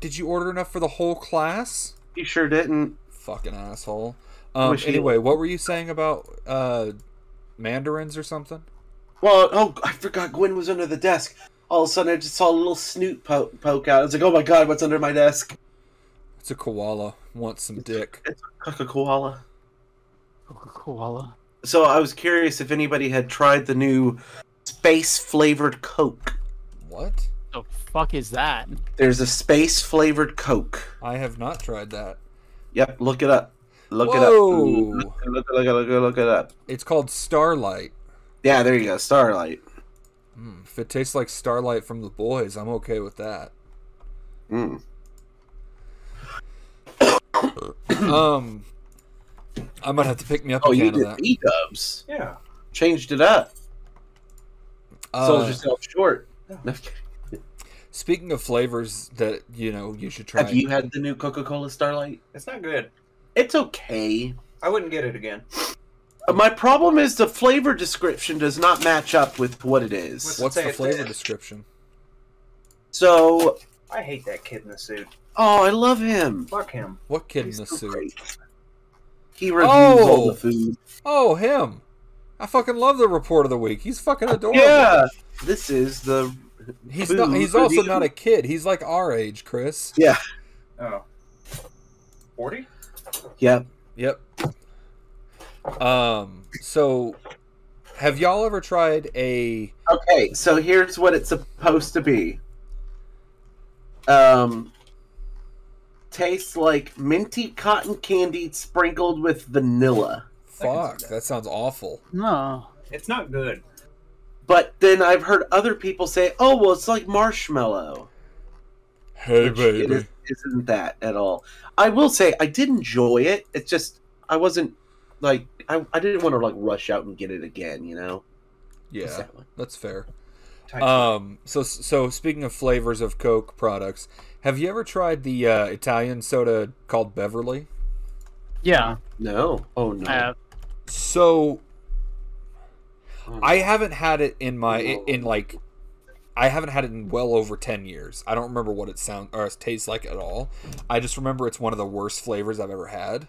Did you order enough for the whole class? You sure didn't. Fucking asshole. Um, Wish you- anyway, what were you saying about uh, mandarins or something? Well, oh, I forgot Gwen was under the desk. All of a sudden, I just saw a little snoot po- poke out. I was like, oh my god, what's under my desk? It's a koala. Wants some dick. Like a koala. Koala. So I was curious if anybody had tried the new space flavored Coke. What? The fuck is that? There's a space flavored Coke. I have not tried that. Yep, look it up. Look Whoa. it up. Look, look, look, look, look it up. It's called Starlight. Yeah, there you go. Starlight. Mm, if it tastes like Starlight from the boys, I'm okay with that. Mm. um, I might have to pick me up Oh, a you can of did that. B dubs. Yeah. Changed it up. Uh, Sold yourself short. speaking of flavors that you know you should try, Have you had the new Coca Cola Starlight? It's not good. It's okay. I wouldn't get it again. Uh, My problem is the flavor description does not match up with what it is. what's Say the it, flavor say it. description? So, I hate that kid in the suit. oh, I love him. Fuck him. What kid in He's the so suit? great. He reviews all Oh! the food. Oh, him! I fucking love the report of the week. He's fucking adorable. Yeah, this is the he's food not. He's also review. not a kid. He's like our age, Chris. yeah, Oh. 40? yeah. Yep. Um. So, have y'all ever tried a? Okay, so here's what it's supposed to be. Um, tastes like minty cotton candy sprinkled with vanilla. Fuck, that sounds awful. No. It's not good. But then I've heard other people say, "Oh, well, it's like marshmallow." Hey, Which it is, isn't that at all. I will say I did enjoy it. It's just I wasn't like I, I didn't want to like rush out and get it again. You know. Yeah, So, that's fair. Type Um, so so speaking of flavors of Coke products, have you ever tried the uh, Italian soda called Beverly? Yeah. no. Oh no. I have. So Oh, I haven't had it in my in like I haven't had it in well over 10 years. I don't remember what it sounds or it tastes like at all. I just remember it's one of the worst flavors I've ever had.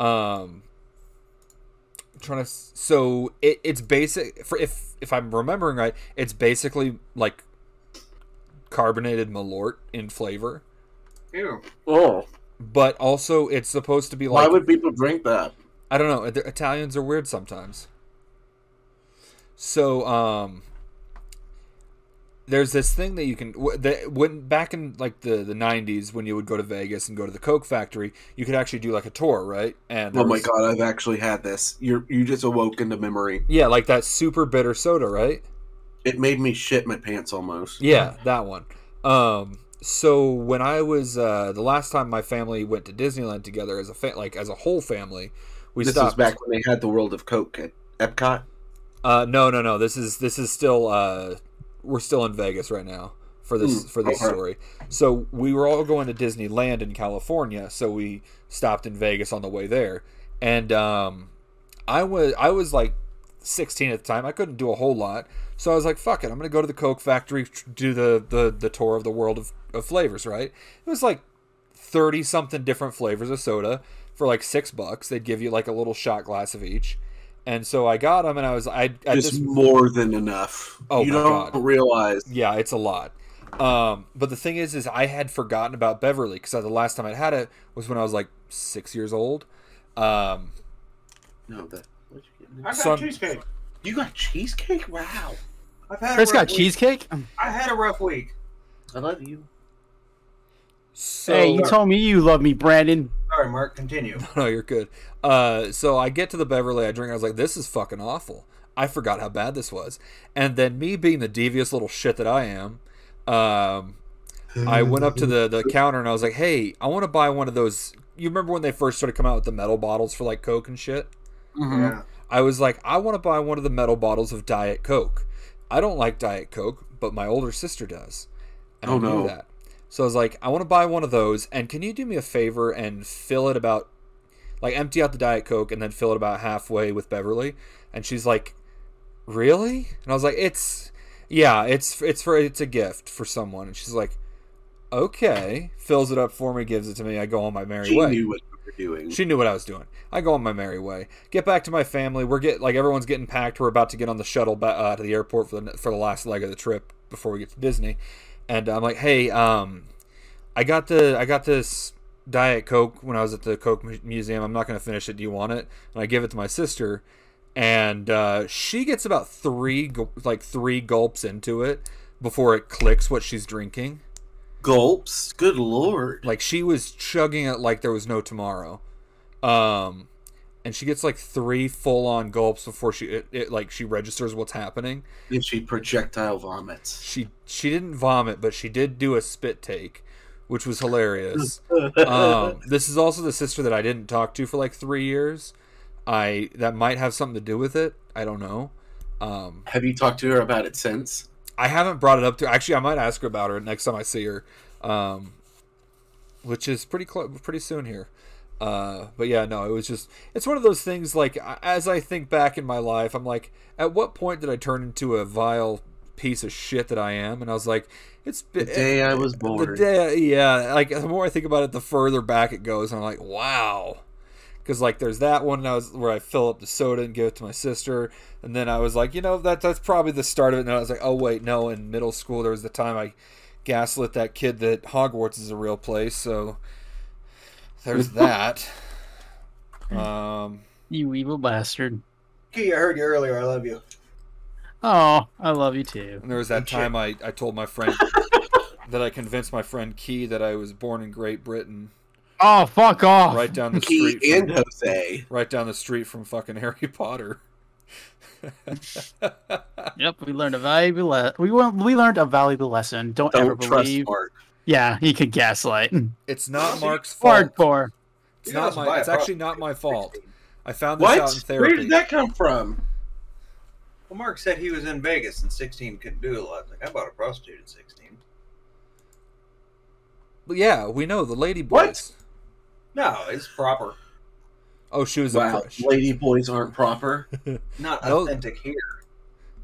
Um trying to s- so it, it's basic for if if i'm remembering right it's basically like carbonated malort in flavor Ew. Oh, but also it's supposed to be why like would people drink that? i don't know the italians are weird sometimes so um there's this thing that you can wh- that when back in like the the 90s when you would go to vegas and go to the coke factory you could actually do like a tour right and there Oh my was- god, I've actually had this. You you just awoke into memory. yeah like that super bitter soda right It made me shit my pants almost. Yeah, that one. Um, so when I was uh, the last time my family went to Disneyland together as a fa- like as a whole family, we this was stopped. back when they had the World of Coke at Epcot. Uh, no, no, no. This is this is still uh, we're still in Vegas right now for this Hmm, for this okay. story. So we were all going to Disneyland in California, so we stopped in Vegas on the way there, and um, I was I was like 16 at the time. I couldn't do a whole lot, so I was like, "Fuck it, I'm gonna go to the Coke Factory, tr- do the the the tour of the world of, of flavors." Right? It was like 30 something different flavors of soda for like six bucks. They'd give you like a little shot glass of each. And so I got them, and I was I at Just this more than enough. Oh you my don't God. realize. yeah, it's a lot. Um, but the thing is, is I had forgotten about Beverly because the last time I had it was when I was like six years old. Um, No, that. what'd you get? I got Son- cheesecake. You got cheesecake? Wow. I've had. Chris a rough got week. cheesecake. I had a rough week. I love you. so Hey, uh, you told me you love me, Brandon. Sorry, Mark. Continue. no, you're good. Uh, so I get to the Beverly, I drink, I was like, this is fucking awful. I forgot how bad this was. And then me being the devious little shit that I am, um, I went up to the, the counter and I was like, hey, I want to buy one of those. You remember when they first started coming out with the metal bottles for like Coke and shit? Mm-hmm. Mhm. Yeah. I was like, I want to buy one of the metal bottles of Diet Coke. I don't like Diet Coke, but my older sister does. And I Oh, knew no. that. So I was like, I want to buy one of those, and can you do me a favor and fill it about, like, empty out the Diet Coke and then fill it about halfway with Beverly? And she's like, Really? And I was like, It's, yeah, it's it's for it's a gift for someone. And she's like, Okay, fills it up for me, gives it to me. I go on my merry She way. knew what you were doing. She knew what I was doing. I go on my merry way. Get back to my family. We're get like everyone's getting packed. We're about to get on the shuttle ba- uh, to the airport for the for the last leg of the trip before we get to Disney. And I'm like, hey, um, I got the I got this Diet Coke when I was at the Coke mu- Museum. I'm not gonna finish it. Do you want it? And I give it to my sister, and uh, she gets about three gul- like three gulps into it before it clicks what she's drinking. Gulps? Good lord. Like she was chugging it like there was no tomorrow. Um and she gets like three full on gulps before she it, it like she registers what's happening. If she projectile vomits. She she didn't vomit, but she did do a spit take, which was hilarious. um, this is also the sister that I didn't talk to for like three years. I that might have something to do with it. I don't know. Um, Have you talked to her about it since? I haven't brought it up to. Actually, I might ask her about her next time I see her, um, which is pretty clo- pretty soon here. Uh, but yeah, no, it was just it's one of those things. Like I- as I think back in my life, I'm like, at what point did I turn into a vile piece of shit that I am? And I was like, it's been The day I was Eh, the born. day, yeah. Like the more I think about it, the further back it goes, and I'm like, wow. Because like there's that one I was where I fill up the soda and give it to my sister, and then I was like, you know, that that's probably the start of it. And I was like, oh wait, no. In middle school, there was the time I gaslit that kid that Hogwarts is a real place. So there's that. um, You evil bastard. Key, I heard you earlier. I love you. Oh, I love you too. and there was that time I I told my friend that I convinced my friend Key that I was born in Great Britain, Oh, fuck off. right down the Key street. from- and Jose. right down the street from fucking Harry Potter. Yep, we learned a valuable le- we wa- we learned a valuable lesson. Don't, ever Don't trust believe. Mark. Yeah, he could gaslight. it's not Mark's fault. Hardcore. It's You know, not it's my. my It's fault. actually not my fault. I found this out in What? Where therapy. did that come from? Well, Mark said he was in Vegas and 16 couldn't do a lot. Like I bought a prostitute at 16. But yeah, we know the lady What? boys. No, it's proper. Oh, she was a Wow, crush. lady boys aren't proper. Not No. authentic here.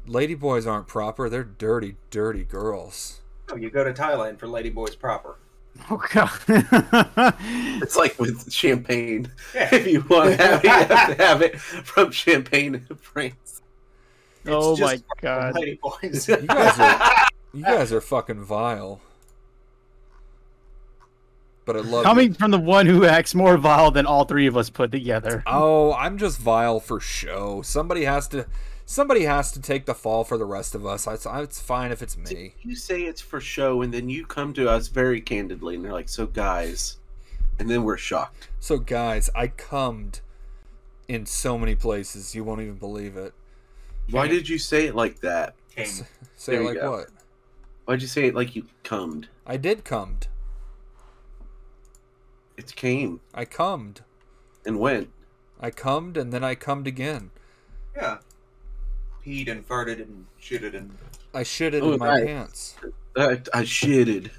Lady boys aren't proper. They're dirty, dirty girls. No, you go to Thailand for ladyboys proper. Oh god. It's like with champagne. Yeah. If you want to have it, you have to have it from Champagne, France. oh just- my god. Mighty boys. You guys are, you guys are fucking vile. But I love Coming it. from the one who acts more vile than all three of us put together. Oh, I'm just vile for show. Somebody has to. Somebody has to take the fall for the rest of us. It's, it's fine if it's me. You say it's for show, and then you come to us very candidly, and they're like, "So, guys," and then we're shocked. So guys, I cummed in so many places. You won't even believe it. Why did you say it like that? King. Say There you like go. what? Why'd you say it like you cummed? I did cummed. It came I cummed. and went. I cummed and then I cummed again. Yeah. Peed and farted and shitted and. I shit it Oh, in my nice. pants. I, Uh, I shitted.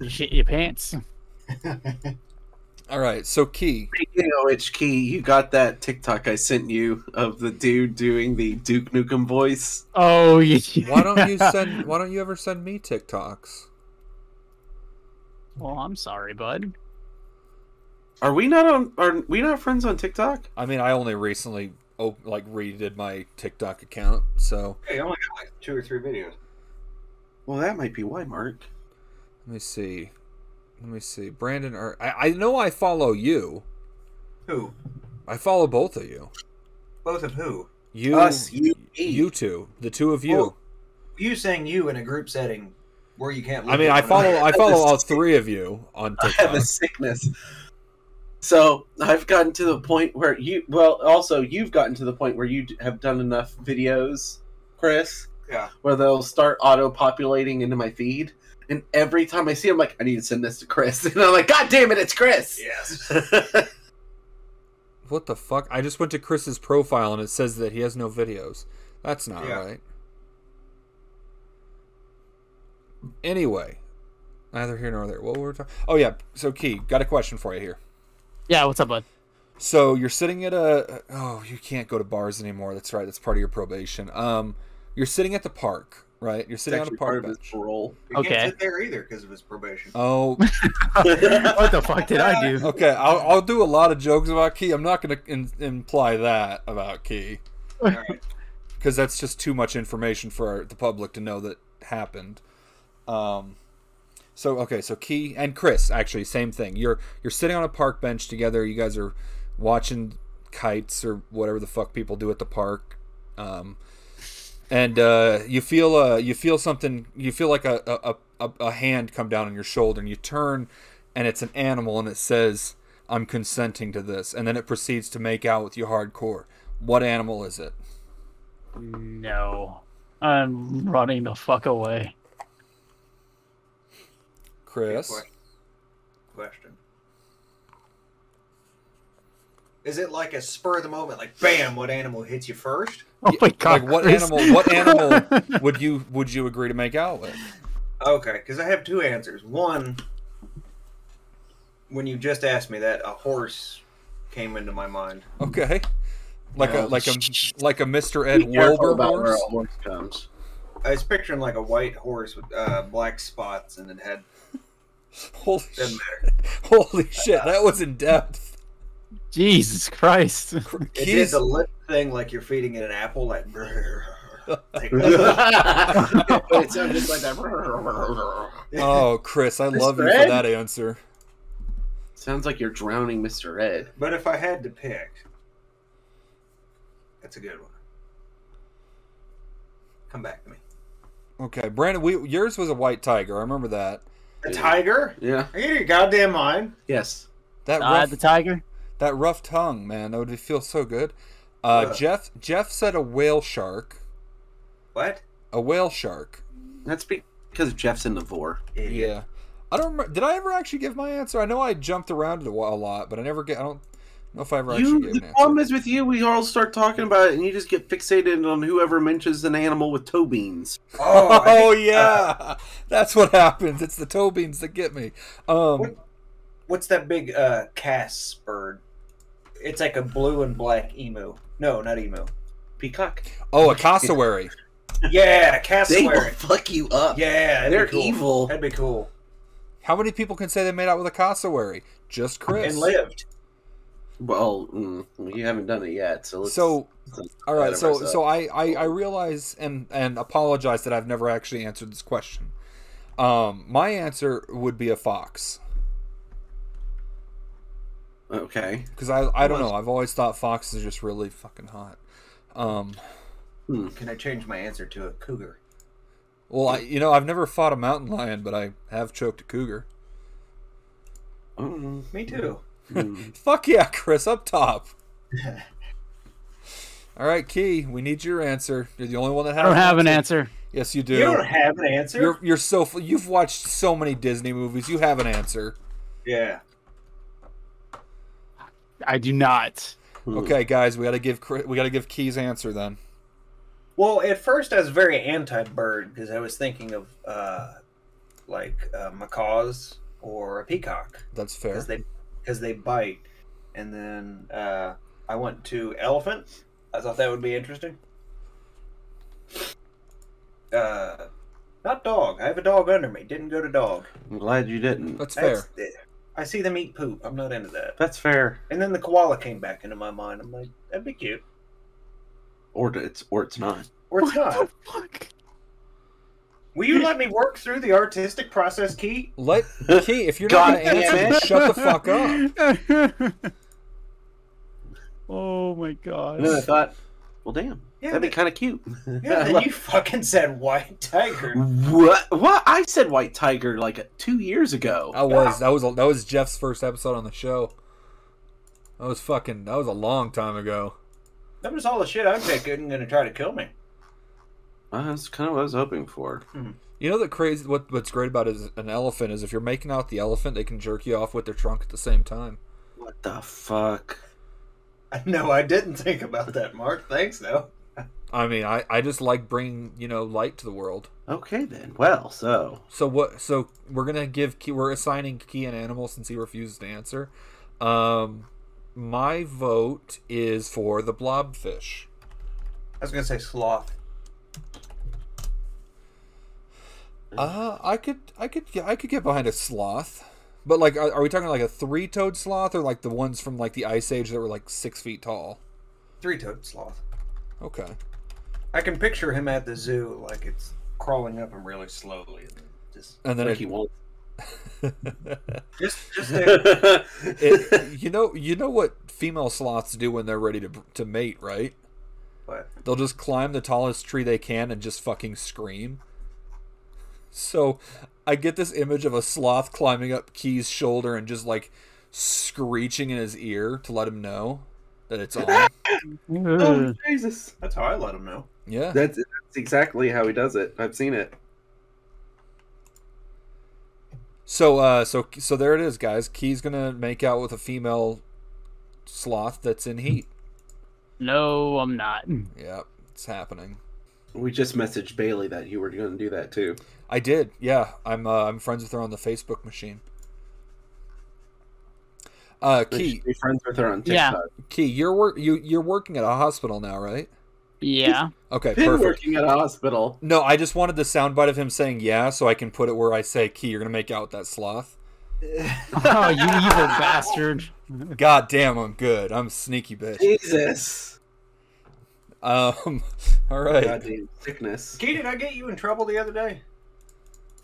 You shit your pants. All right, so Key, Speaking of which, Key, you got that TikTok I sent you of the dude doing the Duke Nukem voice. Oh yeah. why don't you send? Why don't you ever send me TikToks? Well, I'm sorry, bud. Are we not on? Are we not friends on TikTok? I mean, I only recently op- like redid my TikTok account, so Hey, I only got like two or three videos. Well, that might be why, Mark. let me see. Let me see. Brandon, or I, I know I follow you. Who? I follow both of you. Both of who? You, Us, you, me. you two, the two of you. Oh, You saying you in a group setting where you can't. I mean, I follow. I have follow this- all three of you on I have a TikTok. sickness. So I've gotten to the point where you. Well, also you've gotten to the point where you d- have done enough videos, Chris. Yeah. Where they'll start auto-populating into my feed, and every time I see, it, I'm like, I need to send this to Chris, and I'm like, God damn it, it's Chris. Yes. What the fuck? I just went to Chris's profile and it says that he has no videos. That's not Yeah. right. Anyway, neither here nor there. What were we talking? Oh yeah. So Key, got a question for you here. Yeah, what's up, bud? So you're sitting at a oh you can't go to bars anymore. That's right. That's part of your probation. Um, you're sitting at the park, right? You're sitting on a actually part park of his bench. parole. He Okay. can't sit there either because of his probation. Oh, what the fuck did I do? okay. I'll, I'll do a lot of jokes about Key. I'm not going to in- imply that about Key. All right. because that's just too much information for the public to know that happened. Um, so okay, so Key and Chris actually same thing. You're you're sitting on a park bench together. You guys are watching kites or whatever the fuck people do at the park, um, and uh, you feel uh, you feel something. You feel like a a, a a- a hand come down on your shoulder, and you turn, and it's an animal, and it says, "I'm consenting to this," and then it proceeds to make out with you hardcore. What animal is it? No. I'm running the fuck away. Chris. Good Question. Is it like a spur of the moment, like bam, what animal hits you first? Oh my god. like what Chris. animal? What animal would you would you agree to make out with? Okay, because I have two answers. One, when you just asked me that, a horse came into my mind. Okay, like Yeah. a like a like a Mr. Be careful Ed Wilbur about where a horse. horse comes. I was picturing like a white horse with uh, black spots, and it had Holy doesn't shit, matter. holy shit, that was in depth. Jesus Christ. It Keys- did the lip thing like you're feeding it an apple, like. like but it sounded like that. oh, Chris, I love you Mr. for Ed? that answer. Sounds like you're drowning, Mister Ed. But if I had to pick, that's a good one. Come back to me. Okay, Brandon, we, yours was a white tiger. I remember that. A Yeah. tiger? Yeah. Are you out of your goddamn mind? Yes. That Uh, rough, the tiger? that rough tongue, man, that would feel so good. Uh, Ugh. Jeff Jeff said a whale shark, What? a whale shark. That's because Jeff's in the vor. Idiot. Yeah. I don't remember. Did I ever actually give my answer? I know I jumped around it a, wa- a lot, but I never get. I don't know if I You, ever actually gave the an answer. problem is with you, we all start talking about it, and you just get fixated on whoever mentions an animal with toe beans. Oh, I think- oh yeah, that's what happens. It's the toe beans that get me. Um, What? what's that big uh Cass bird? It's like a blue and black emu. No, not emu. Peacock. oh, a cassowary. Yeah, cast They will swearing. fuck you up. Yeah, that'd be They're cool. evil. That'd be cool. How many people can say they made out with a cassowary? Just Chris. And lived. Well, mm, you haven't done it yet, so let's, so let's- all right, out of so ourselves. so I, I I realize and and apologize that I've never actually answered this question. Um, my answer would be a fox okay. because I I don't know. I've always thought foxes are just really fucking hot. Um, Can I change my answer to a cougar? well, I, you know I've never fought a mountain lion, but I have choked a cougar. Mm, Me too. mm. Fuck yeah, Chris, up top. All right, Key, we need your answer. You're the only one that has. I don't have an answer. Yes, you do. You don't have an answer. You're you're so f- you've watched so many Disney movies. You have an answer. Yeah. I do not. Hmm. Okay, guys, we gotta give Chri- we gotta give Key's answer then. Well, at first I was very anti-bird because I was thinking of uh, like uh, macaws or a peacock That's fair. because they because they bite, and then uh, I went to elephant. I thought that would be interesting. Uh, not dog. I have a dog under me. Didn't go to dog. I'm glad you didn't. That's fair. That's- I see them eat poop. I'm not into that. That's fair. And then the koala came back into my mind. I'm like, that'd be cute. Or it's or it's not. Or what it's not. the fuck? Will you let me work through the artistic process, Key? Let Key, if you're God not gonna damn answer, it. shut the fuck up. up. oh my god. And then I thought, well, damn, Yeah, that'd be but- kind of cute. Yeah, then you fucking said white tiger. what? What? I said white tiger like two years ago. I was that was a, that was Jeff's first episode on the show. That was fucking that was a long time ago. That was all the shit I'm taking gonna try to kill me. Well, that's kind of what I was hoping for. You know the crazy what what's great about is an elephant is if you're making out the elephant, they can jerk you off with their trunk at the same time. What the fuck? I know I didn't think about that, Mark. Thanks though. I mean, I I just like bringing you know light to the world. Okay then. Well, so So what? So we're gonna give Key, we're assigning Key an animal since he refuses to answer. Um, my vote is for the blobfish. I was gonna say sloth. Uh, I could, I could, yeah, I could get behind a sloth, but like, are, are we talking like a three-toed sloth or like the ones from like the Ice Age that were like six feet tall? Three toed sloth. Okay. I can picture him at the zoo like it's crawling up him really slowly and then just And then like it, he won't. just just it, you know, you know what female sloths do when they're ready to to mate, right? but They'll just climb the tallest tree they can and just fucking scream. So I get this image of a sloth climbing up Key's shoulder and just like screeching in his ear to let him know that it's on. oh Ugh. Jesus! that's how I let him know. Yeah. That's, that's exactly how he does it. I've seen it. So uh so so there it is guys. Key's going to make out with a female sloth that's in heat. No, I'm not. Yep, it's happening. We just messaged Bailey that you were going to do that too. I did. Yeah, I'm uh, I'm friends with her on the Facebook machine. Uh We Key, should be friends with her on Yeah. TikTok. Key, you're work you you're working at a hospital now, right? Yeah. Okay, Been perfect. working at a hospital. No, I just wanted the soundbite of him saying yeah, so I can put it where I say, "Key, you're gonna make out with that sloth." Oh, you evil bastard. God damn, I'm good. I'm a sneaky bitch. Jesus. Um, all right, Goddamn sickness. Key, did I get you in trouble the other day?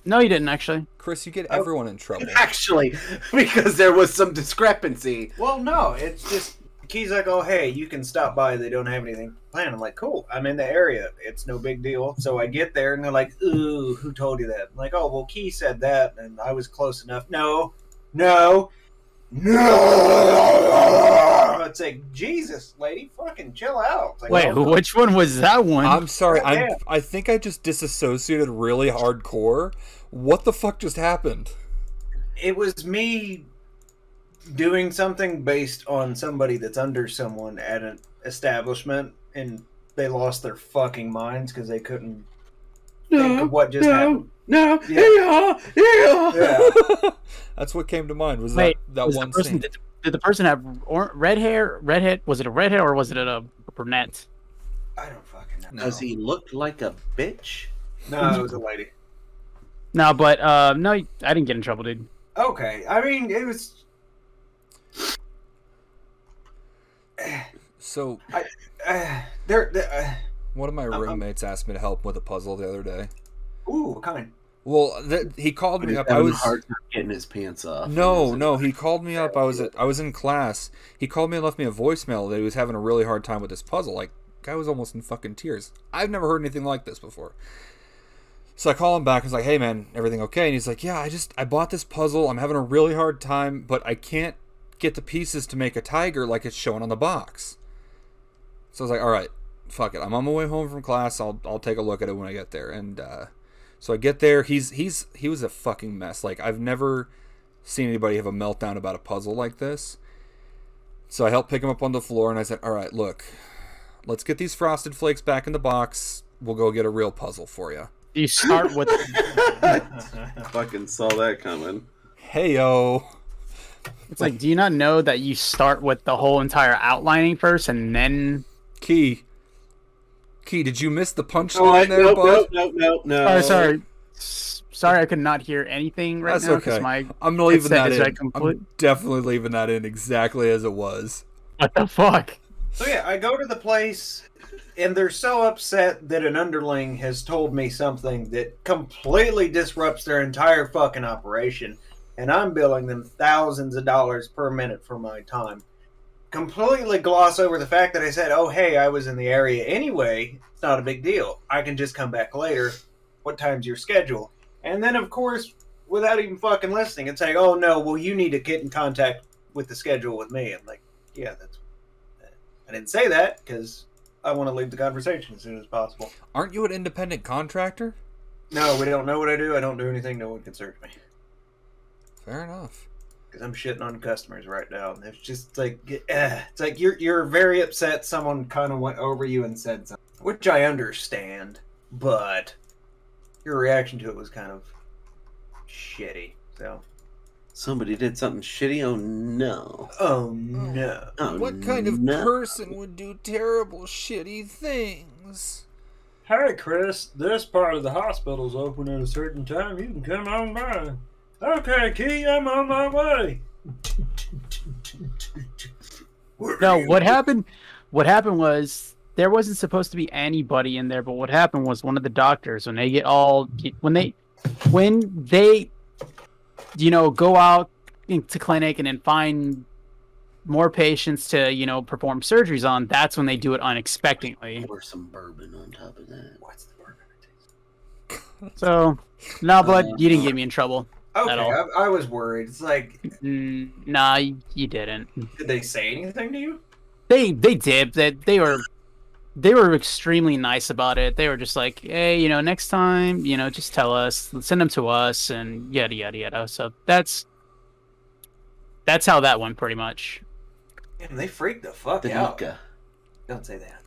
No, you didn't actually. Chris, you get everyone in trouble. Actually, because there was some discrepancy. Well no, it's just Key's like, oh hey, you can stop by. They don't have anything planned. I'm like, cool. I'm in the area. It's no big deal. So I get there, and they're like, ooh, who told you that? I'm like, oh well, Key said that, and I was close enough. No, no, no. It's like Jesus, lady, fucking chill out. It's Like, Wait, oh, which one was that one? I'm sorry. I'm. Yeah. I think I just disassociated really hardcore. What the fuck just happened? It was me doing something based on somebody that's under someone at an establishment, and they lost their fucking minds because they couldn't think of what just happened. no, Yeah. yeah, Yeah. That's what came to mind. Was Wait, that that was the one person- scene? did, did the person have or, red hair? Red head? Was it a red hair or was it a, a brunette? I don't fucking know. No. Does he look like a bitch? No, it was a lady. No, but uh, no, I didn't get in trouble, dude. Okay, I mean, it was. So Uh, there. there, one of my Um, um. roommates asked me to help with a puzzle the other day. uh, ooh, what kind? Well, th- he called me He's up. I having was a hard time getting his pants off. No, no, he called me up. I was at, I was in class. He called me and left me a voicemail that he was having a really hard time with this puzzle. Like, guy was almost in fucking tears. I've never heard anything like this before. So I call him back. I was like, "Hey, man, everything okay?" And he's like, "Yeah, I just I bought this puzzle. I'm having a really hard time, but I can't get the pieces to make a tiger like it's shown on the box." So I was like, "All right, fuck it. I'm on my way home from class. I'll I'll take a look at it when I get there." And uh, so I get there. He's he's he was a fucking mess. Like I've never seen anybody have a meltdown about a puzzle like this. So I helped pick him up on the floor and I said, All right, look, let's get these frosted flakes back in the box. We'll go get a real puzzle for you. You start with Fucking saw that coming. Hey, yo. it's like, do you not know that you start with the whole entire outlining first, and then Key. Key, did you miss the Oh, punchline I, there, nope, bud? nope, nope, nope, no. Oh, sorry. S- Sorry, I could not hear anything right That's now okay. my I'm leaving headset that is in. like complete- I'm definitely leaving that in exactly as it was. what the fuck? So yeah, I go to the place, and they're so upset that an underling has told me something that completely disrupts their entire fucking operation, and I'm billing them thousands of dollars per minute for my time. Completely gloss over the fact that I said, "Oh hey, I was in the area anyway. It's not a big deal. I can just come back later. What time's your schedule?" And then of course, without even fucking listening, and saying, "Oh no, well you need to get in contact with the schedule with me." I'm like, "Yeah, that's." I didn't say that because I want to leave the conversation as soon as possible. Aren't you an independent contractor? No, we don't know what I do. I don't do anything. No one can search me Fair enough. because I'm shitting on customers right now. And it's just like, eh, it's like you're you're very upset. Someone kind of went over you and said something, which I understand, but your reaction to it was kind of shitty. So, Somebody did something shitty. Oh no. oh no, Hmm. Oh, What kind of no. person would do terrible, shitty things? Hi, Chris. This part of the hospital's open at a certain time. You can come on by. Okay, Key, I'm on my way. No, what happened? What happened was there wasn't supposed to be anybody in there, but what happened was one of the doctors when they get all when they when they you know go out into clinic and then find more patients to you know perform surgeries on, that's when they do it unexpectedly. Pour some bourbon on top of that. what's the word? So, nah, bud, you didn't get me in trouble. Okay, At all. I, I was worried. It's like, Mm, nah, y- you didn't. did they say anything to you? They they did. They they were they were extremely nice about it. They were just like, hey, you know, next time, you know, just tell us, send them to us, and yada yada yada. So that's that's how that went, pretty much. Damn, they freaked the fuck The out. Nika. Don't say that.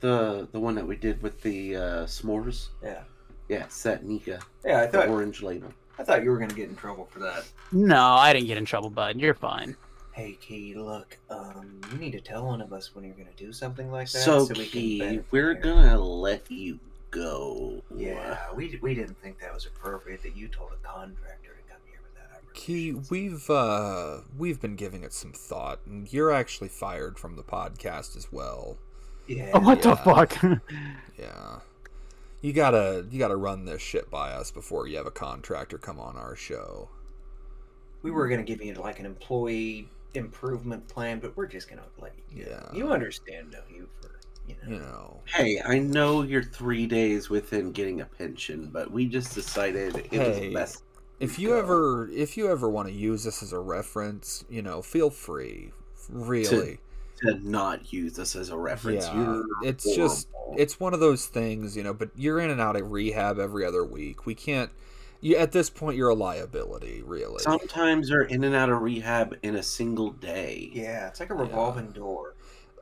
The the one that we did with the uh, s'mores. Yeah. Yeah, it's that Nika. Yeah, I The thought orange label. I thought you were gonna get in trouble for that. No, I didn't get in trouble, bud. You're fine. Hey Key, look, um, you need to tell one of us when you're gonna do something like that, So, we Key, benefit we're here. gonna let you go. Yeah, we we didn't think that was appropriate that you told a contractor to come here with that. Key, operation. we've uh, we've been giving it some thought, and you're actually fired from the podcast as well. Yeah. Oh, what Yeah. the fuck? Yeah, you gotta you gotta run this shit by us before you have a contractor come on our show. We were gonna give you like an employee improvement plan, but we're just gonna let you. go. Yeah. You understand, don't you? For you know. You know, Hey, I know you're three days within getting a pension, but we just decided it was Hey. the best. if you go ever if you ever want to use this as a reference, you know, feel free. Really, to not use this as a reference. Yeah, You're it's just- horrible. it's one of those things, you know. But you're in and out of rehab every other week. We can't. You at this point, you're a liability, really. sometimes they're in and out of rehab in a single day. Yeah, it's like a revolving door.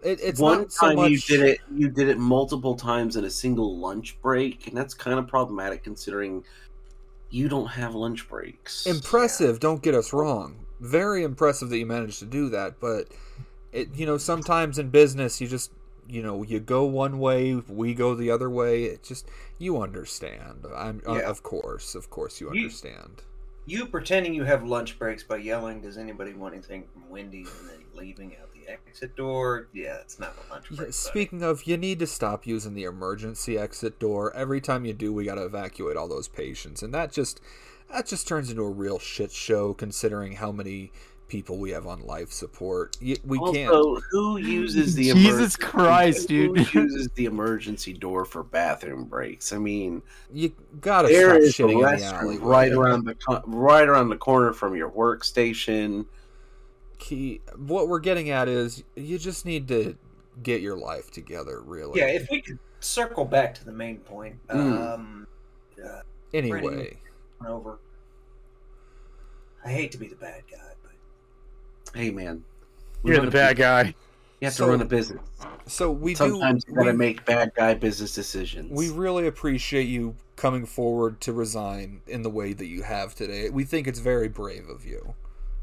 It, it's One not so time much, you did it, you did it multiple times in a single lunch break, and that's kind of problematic considering you don't have lunch breaks. impressive don't get us wrong very impressive that you managed to do that but it you know sometimes in business you just you know you go one way, we go the other way. It just you understand. I'm uh, Yeah. of course, of course you You- understand. You pretending you have lunch breaks by yelling, does anybody want anything from Wendy's and then leaving out the exit door? Yeah, it's not a lunch Yeah, break. buddy. speaking of, you need to stop using the emergency exit door. Every time you do, we got to evacuate all those patients, and that just that just turns into a real shit show considering how many people we have on life support. Y- We can't. also, who uses the Jesus emergency- Christ, who dude. uses the emergency door for bathroom breaks? I mean, You gotta there stop is a shitting in the alley. restroom right around the co- right around the corner from your workstation. Key. What we're getting at is you just need to get your life together, really. Yeah, if we could circle back to the main point. Mm. Um, anyway, went over. I hate to be the bad guy, but Hey, man, we You're run the a bad guy. bu- You have So- to run a business. so we Sometimes do. you gotta we- make bad guy business decisions. We really appreciate you coming forward to resign in the way that you have today. We think it's very brave of you.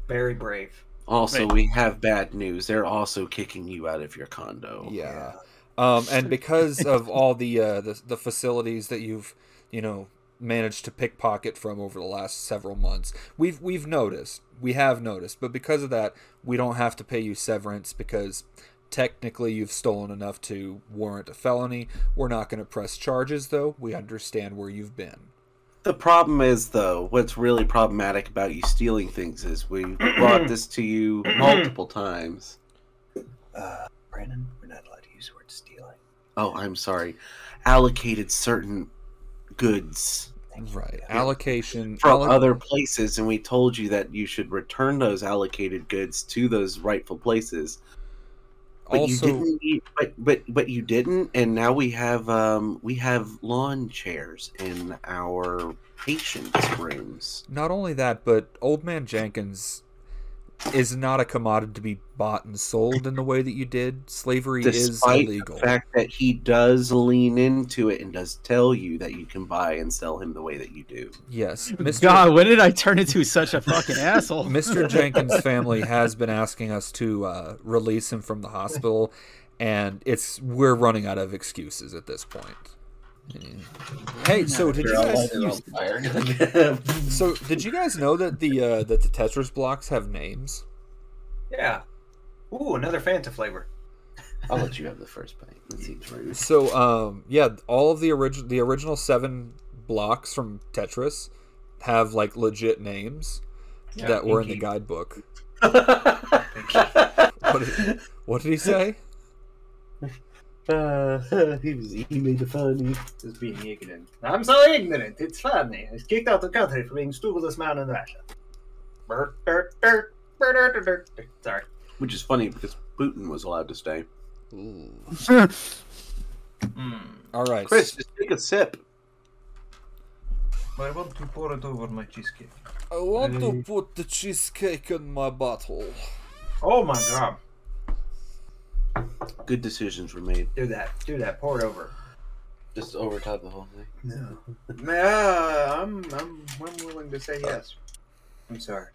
very brave. also, Right. we have bad news. They're also kicking you out of your condo. Yeah. Um, and because of all the, uh, the the facilities that you've you know managed to pickpocket from over the last several months, we've we've noticed. We have noticed, but because of that, we don't have to pay you severance because technically you've stolen enough to warrant a felony. We're not going to press charges though. We understand where you've been. The problem is, though, what's really problematic about you stealing things is we brought this to you multiple times. Uh, Brandon, we're not allowed to use the word stealing. Oh, I'm sorry. Allocated certain goods Thank you. Right. Yeah. Allocation from alloc- other places, and we told you that you should return those allocated goods to those rightful places. But you didn't. You, but but but you didn't, and now we have um we have lawn chairs in our patients' rooms. Not only that, but Old Man Jenkins is not a commodity to be bought and sold in the way that you did. Slavery despite is illegal. the fact that he does lean into it and does tell you that you can buy and sell him the way that you do. yes, Mr. God, when did I turn into such a fucking asshole? Mr. Jenkins' family has been asking us to uh, release him from the hospital, and it's we're running out of excuses at this point. Hey, so did you guys, so did you guys know that the uh, that the Tetris blocks have names? Yeah. Ooh, another Fanta flavor. I'll let you have the first bite. That seems rude. So um yeah, all of the original the original seven blocks from Tetris have like legit names that were in the Pinky. guidebook. What did, what did he say? Uh, he was he made the funny. It's being ignorant. I'm so ignorant. It's funny. I was kicked out of the country for being stupidest man in Russia. Brr, brr, brr, brr, brr, brr, brr. Sorry. Which is funny because Putin was allowed to stay. Hmm. All right. Chris, just take a sip. I want to pour it over my cheesecake. I want Mm. to put the cheesecake in my bottle. Oh my god. Good decisions were made. Do that. Do that. Pour it over. Just over top the whole thing. No. Nah, I'm, I'm, I'm willing to say yes. I'm sorry.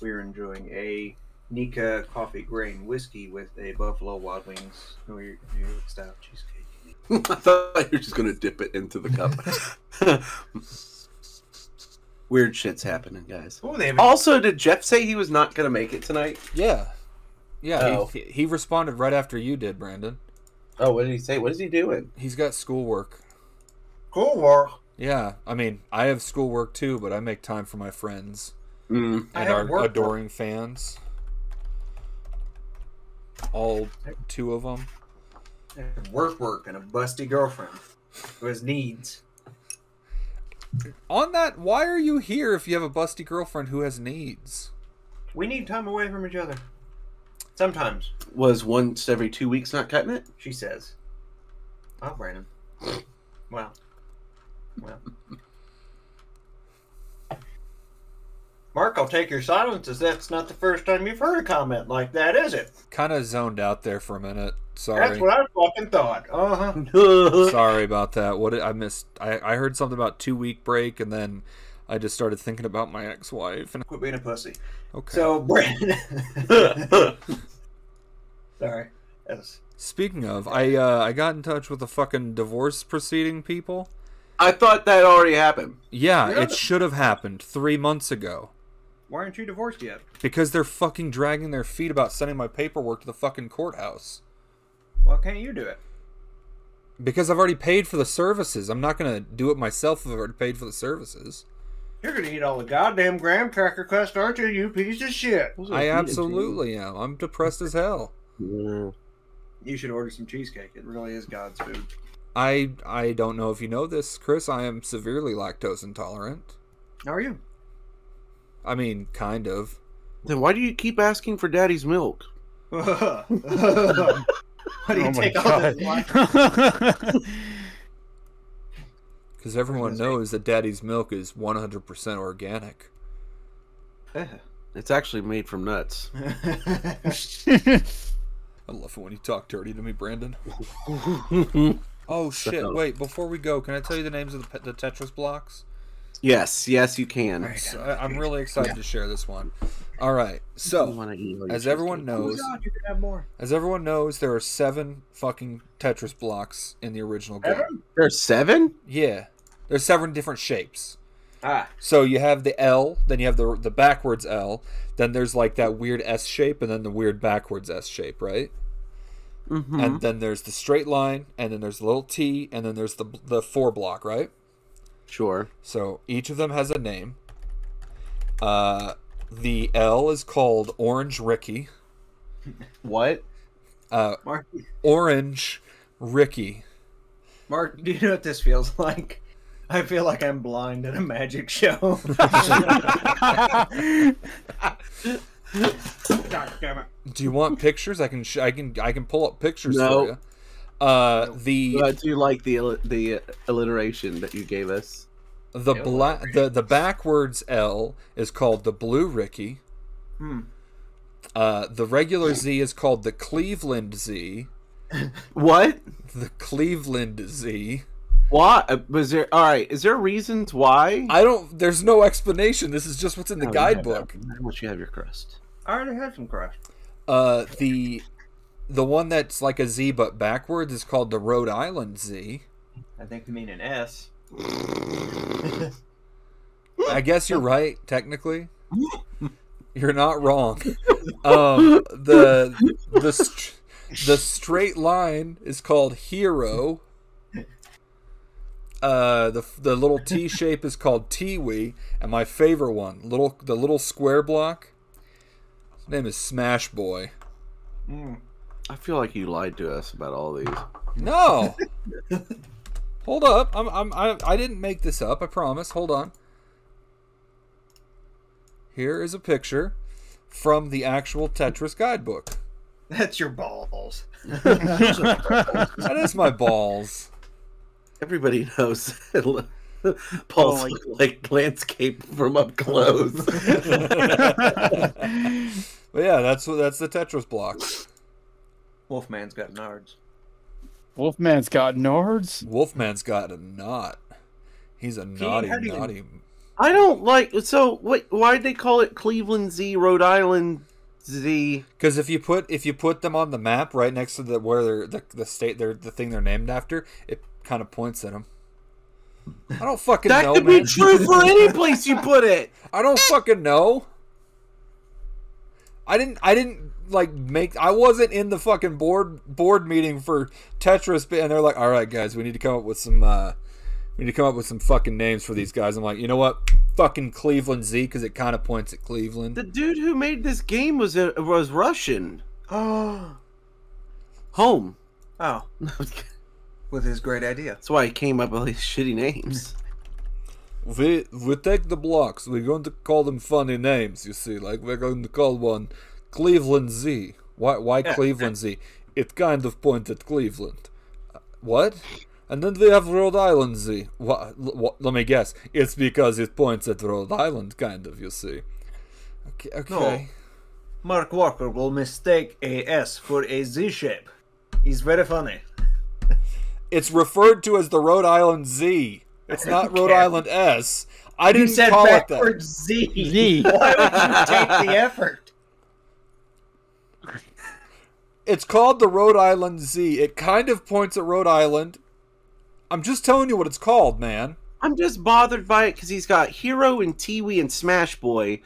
We're enjoying a Nika coffee grain whiskey with a Buffalo Wild Wings New York, New York style cheesecake. I thought you were just gonna dip it into the cup. Weird shit's happening, guys. Oh, they have Also, did Jeff say he was not gonna make it tonight? Yeah. Yeah, Oh. he, he responded right after you did, Brandon. Oh, what did he say? What is he doing? He's got schoolwork. cool war. Yeah, I mean, I have schoolwork too, but I make time for my friends Mm. I and have our work. adoring fans. All two of them. Work, work, and a busty girlfriend who has needs. On that, why are you here if you have a busty girlfriend who has needs? We need time away from each other. Sometimes, Was once every two weeks not cutting it? she says. Wow, Oh, Brandon. Wow. Wow. Mark, I'll take your silence as that's not the first time you've heard a comment like that, is it? Kind of zoned out there for a minute. That's Sorry. what I fucking thought. Uh huh. Sorry about that. What did, I missed? I, I heard something about two week break, and then I just started thinking about my ex wife. And Quit being a pussy. okay. So, Brandon. Sorry. That was Speaking of, I uh, I got in touch with the fucking divorce proceeding people. I thought that already happened. Yeah, Really? it should have happened three months ago Why aren't you divorced yet? because they're fucking dragging their feet about sending my paperwork to the fucking courthouse. Why can't you do it? Because I've already paid for the services. I'm not gonna do it myself if I've already paid for the services. You're gonna eat all the goddamn graham cracker crust, aren't you? You piece of shit. I absolutely am. I'm depressed as hell. You should order some cheesecake. It really is God's food. I I don't know if you know this, Chris. I am severely lactose intolerant. How are you? I mean, kind of. Then why do you keep asking for daddy's milk? Why do you Oh my take all God. this life? Because everyone That's right. knows that Daddy's milk is 100% organic. It's actually made from nuts. I love it when you talk dirty to me, Brandon. Oh shit! Wait, before we go, can I tell you the names of the, pe- the Tetris blocks? yes, yes, you can. So, I, I'm really excited to share this one. All right, Oh so as everyone knows, you can have more. as everyone knows, there are seven fucking Tetris blocks in the original game. there's seven. Yeah, there's seven different shapes. Ah, So you have the L, then you have the the backwards L, then there's like that weird S shape, and then the weird backwards S shape, right? Mm-hmm. And then there's the straight line, and then there's the little T, and then there's the the four block, right? sure. So each of them has a name. Uh, the L is called Orange Ricky. What? Uh, Mark, Orange Ricky. Mark, do you know what this feels like? I feel like I'm blind at a magic show. God damn it. Do you want pictures? I can sh- I can I can pull up pictures No. for you. Uh, the I do like the illi- the alliteration that you gave us. the black the the backwards L is called the Blue Ricky. Hmm. Uh, the regular Z is called the Cleveland Z. What? The Cleveland Z. Why uh, was there? All right. Is there reasons why? I don't. There's no explanation. This is just what's in the Oh, you had that guidebook. one. How much you have your crust? I already had some crust. Uh, the the one that's like a Z but backwards is called the Rhode Island Z. I think you mean an S. I guess you're right, technically. You're not wrong. Um, the the str- the straight line is called hero. Uh, the the little T shape is called Tiwi, and my favorite one, little the little square block. His name is Smash Boy. Mm. I feel like you lied to us about all these. No. Hold up. I'm, I'm, I, I didn't make this up. I promise. Hold on. Here is a picture from the actual Tetris guidebook. That's your balls. That is my balls. Everybody knows that lo- Paul's my look like landscape from up close. But yeah, that's what that's the Tetris block. Wolfman's got nards. Wolfman's got nards. Wolfman's got a knot. He's a naughty, how do you- naughty. I don't like. So what? Why'd they call it Cleveland Z, Rhode Island Z? Because if you put if you put them on the map right next to the where they're the, the state they're the thing they're named after, it kind of points at them. I don't fucking That know, could man. be true for any place you put it. I don't fucking know. I didn't. I didn't like make. I wasn't in the fucking board board meeting for Tetris, and they're like, "All right, guys, we need to come up with some. uh We need to come up with some fucking names for these guys." I'm like, you know what? Fucking Cleveland Z, because it kind of points at Cleveland. The dude who made this game was a, was Russian. Oh. Home. Oh. With his great idea. That's why he came up with all these shitty names. We we take the blocks. We're going to call them funny names. You see, like we're going to call one Cleveland Z. Why why Cleveland Z? It kind of pointed Cleveland. Uh, What? And then we have Rhode Island Z. What, what? Let me guess. It's because it points at Rhode Island, kind of. You see. Okay. Okay. Mark Walker will mistake a S for a Z shape. He's very funny. It's referred to as the Rhode Island Z. It's not Rhode Okay. Island S. I You didn't said call it that. backwards Z. Z. Why would you take the effort? It's called the Rhode Island Z. It kind of points at Rhode Island. I'm just telling you what it's called, man. I'm just bothered by it because he's got Hero and Tiwi and Smash Boy,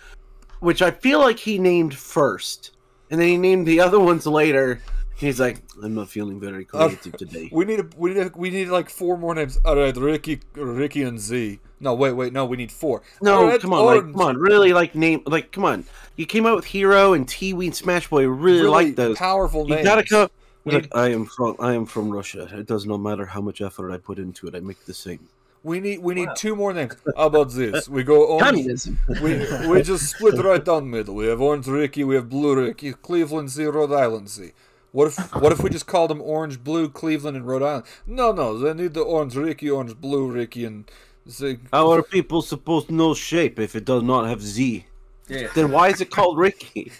which I feel like he named first, and then he named the other ones later. He's like, I'm not feeling very creative today. We need a, we need a, we need like four more names. All right, Ricky, Ricky and Z. No, wait, wait, no, we need four. No, Red, come on, like, orange. come on, really, like name, like, come on. You came out with Hero and Tiwi and Smash Boy. Really, Really like those. powerful You names. gotta come. We He's need- like, I am from I am from Russia. It does not matter how much effort I put into it. I make the same. We need we need two more names. How about this? We go orange. Communism. We we just split right down middle. We have orange Ricky, we have blue Ricky, Cleveland Z, Rhode Island Z. What if what if we just called them orange, blue, Cleveland, and Rhode Island? No, no, they need the orange Ricky, orange, blue Ricky, and Z. How are people supposed to know shape if it does not have Z? Yeah. Then why is it called Ricky?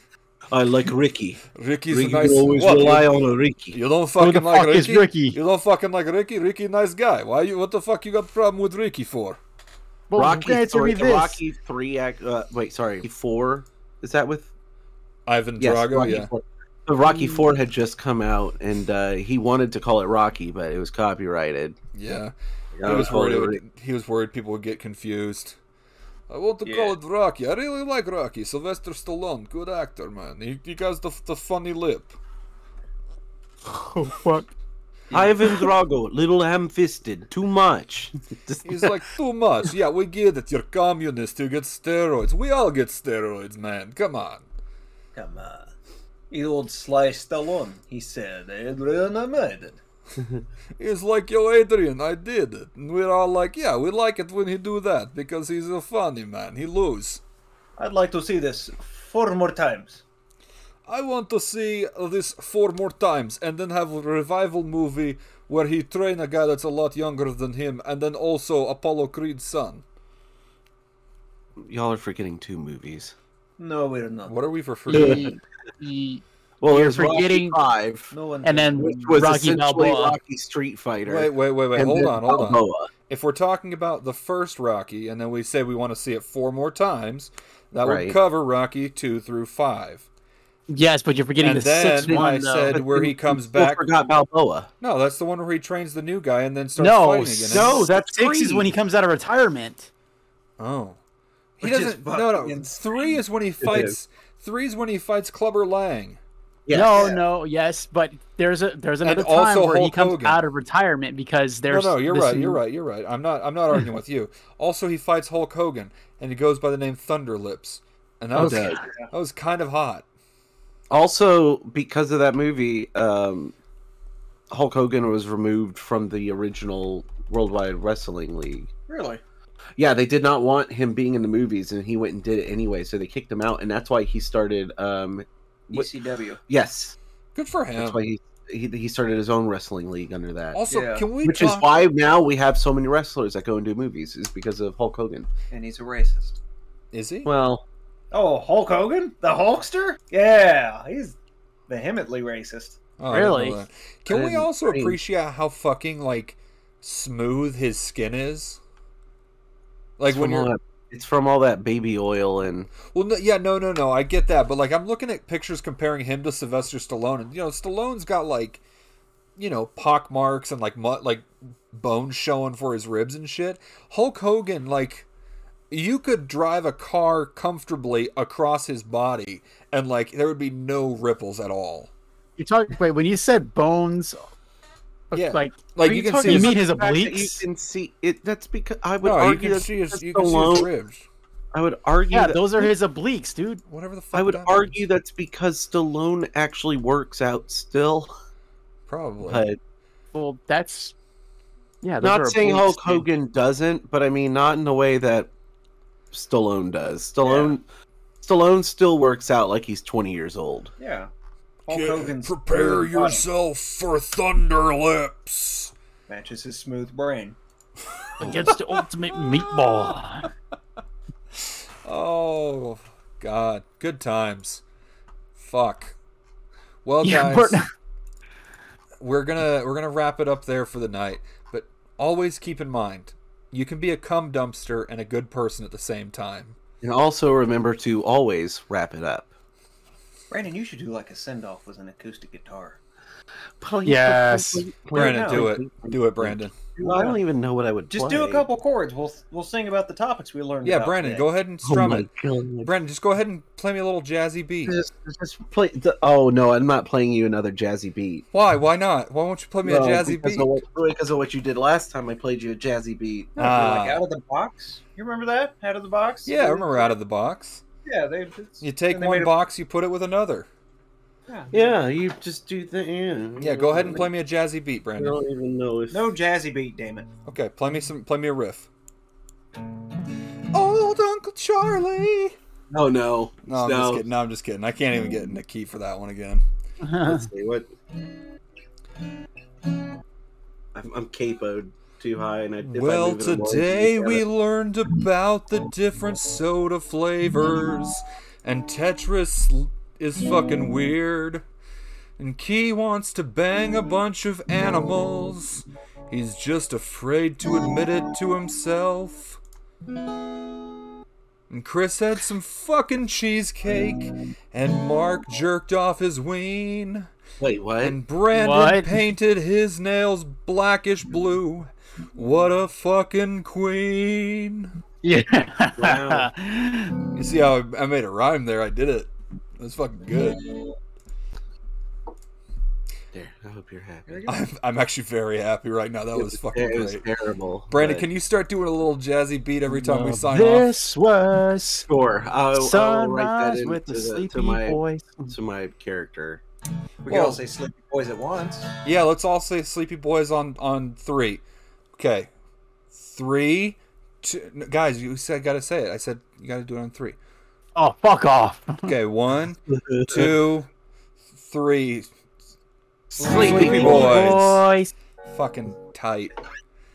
I like Ricky. Ricky's Ricky a nice. will always What? rely on a Ricky. You don't Who fucking the like fuck is Ricky? Ricky? You don't fucking like Ricky. Ricky, nice guy. Why you? What the fuck you got problem with Ricky for? Well, Rocky, answer me three, this. Rocky three. ac- Uh, wait, sorry, four. Is that with Ivan yes, Drago. Rocky yeah. Four. The Rocky Four had just come out, and uh, he wanted to call it Rocky, but it was copyrighted. Yeah. I He was worried. It totally would, he was worried people would get confused. I want to Yeah. call it Rocky. I really like Rocky. Sylvester Stallone, good actor, man. He, he got the the funny lip. Oh fuck! Ivan Drago, little ham-fisted, too much. Just- He's like too much. Yeah, we get it. You're communist. You get steroids. We all get steroids, man. Come on. Come on. The old Sly Stallone, he said, Adrian, I made it. He's like, yo, Adrian, I did it. And we're all like, yeah, we like it when he do that because he's a funny man. He lose. I'd like to see this four more times. I want to see this four more times and then have a revival movie where he train a guy that's a lot younger than him and then also Apollo Creed's son. Y'all are forgetting two movies. No, we're not. What are we for free? He- he- Well, You're there's forgetting- Rocky Five, No one. and then which was Rocky essentially Balboa. Rocky Street Fighter. wait, wait, wait, wait. and Hold then on, hold on. Balboa. If we're talking about the first Rocky and then we say we want to see it four more times, that Right. would cover Rocky 2 through 5. Yes, but you're forgetting And the then sixth one I though. said But where you- he comes Still back. forgot Balboa. No, that's the one where he trains the new guy and then starts no, fighting again. no, that's six is Creed. when he comes out of retirement. Oh. He Which is doesn't. No, no. fucking insane. Three is when he fights. Three is when he fights Clubber Lang. Yes. No, Yeah. no, yes, but there's a there's another also time where he Hulk comes Hogan. out of retirement because there's no, no, you're this right. You're new- right. You're right. I'm not. I'm not arguing with you. Also, he fights Hulk Hogan, and he goes by the name Thunder Lips, and Oh, that was Okay. that was kind of hot. Also, because of that movie, um, Hulk Hogan was removed from the original Worldwide Wrestling League. Really? Yeah, they did not want him being in the movies, and he went and did it anyway. So they kicked him out, and that's why he started. Um, What- ECW. yes, Good for that's him. why he, he he started his own wrestling league under that. Also, Yeah. can we Which is talk? why now we have so many wrestlers that go and do movies is because of Hulk Hogan. And he's a racist. is he? Well, Oh, Hulk Hogan? The Hulkster? Yeah, he's vehemently racist. Oh, I didn't know Really? that. Can we didn't- also I didn't- appreciate how fucking like smooth his skin is? Like it's when from all you're that- it's from all that baby oil and Well, no, yeah, no, no, no. I get that, but like, I'm looking at pictures comparing him to Sylvester Stallone, and you know, Stallone's got like, you know, pock marks and like, mu- like bones showing for his ribs and shit. Hulk Hogan, like, you could drive a car comfortably across his body, and like, there would be no ripples at all. You're talking wait when you said bones, Yeah, like like Are you you can talking see, you his, mean his fact that you obliques? can see it. That's because I would no, you argue can that see his, you can see his Stallone. ribs. I would argue. Yeah, that, those are his obliques, dude. Whatever the fuck. I would that argue means. that's because Stallone actually works out still, probably. but Well, that's yeah. Those not are saying obliques, Hulk dude. Hogan doesn't, but I mean not in the way that Stallone does. Stallone Stallone still works out like he's 20 years old. Yeah. Hulk Get- Hogan's prepare smooth body yourself for Thunder Lips. matches his smooth brain. against the ultimate meatball. Oh God, good times. Fuck. Well, Yeah, Oh, guys, we're- we're gonna we're gonna wrap it up there for the night. But always keep in mind, you can be a cum dumpster and a good person at the same time. And also remember to always wrap it up. Brandon, you should do like a send off with an acoustic guitar. Please, Yes. please, please, Brandon, no. do it. Do it, Brandon. I don't even know what I would Just play. do a couple chords. We'll we'll sing about the topics we learned. Yeah, about Brandon, today. go ahead and Oh strum my it. God. Brandon, just go ahead and play me a little jazzy beat. Just, just play. The, oh no, I'm not playing you another jazzy beat. Why? Why not? Why won't you play me No, a jazzy because beat? Of what, because of what you did last time, I played you a jazzy beat. No, they're, like Ah. out of the box. You remember that? Out of the box. yeah, I remember out of the box. Yeah, they. it's- You take and they one made a- box, you put it with another. Yeah, you just do the. Yeah, Yeah, go ahead and play me a jazzy beat, I Brandon. don't even know if. No jazzy beat, damn it. Okay, play me some. Play me a riff. Old Uncle Charlie. Oh no. No, I'm just kidding. No, I'm just kidding. I can't even get into key for that one again. Let's see what. I'm, I'm capoed too high, and I. If I well, move it away, today you we gotta- learned about the different soda flavors, and Tetris l- is fucking weird. And Key wants to bang a bunch of animals. He's just afraid to admit it to himself. And Chris had some fucking cheesecake, and Mark jerked off his ween. Wait, what? And Brandon What? painted his nails blackish blue. What a fucking queen. Yeah. Wow. You see how I I made a rhyme there? I did it. That's fucking good. There, I hope you're happy. I'm, I'm actually very happy right now. That was fucking it was great. terrible. Brandon, but- can you start doing a little jazzy beat every time we sign off? this was Sure. I'll, I'll Oh, write that sunrise with the into the- sleepy to my voice. to my character. We Well- can all say sleepy boys at once. Yeah, let's all say Sleepy Boys on on three. Okay, three, two. no, Guys, you said gotta say it. I said you gotta do it on three. Oh, fuck off. Okay, one, two, three. Sleepy Sleepy Boys. Fucking tight.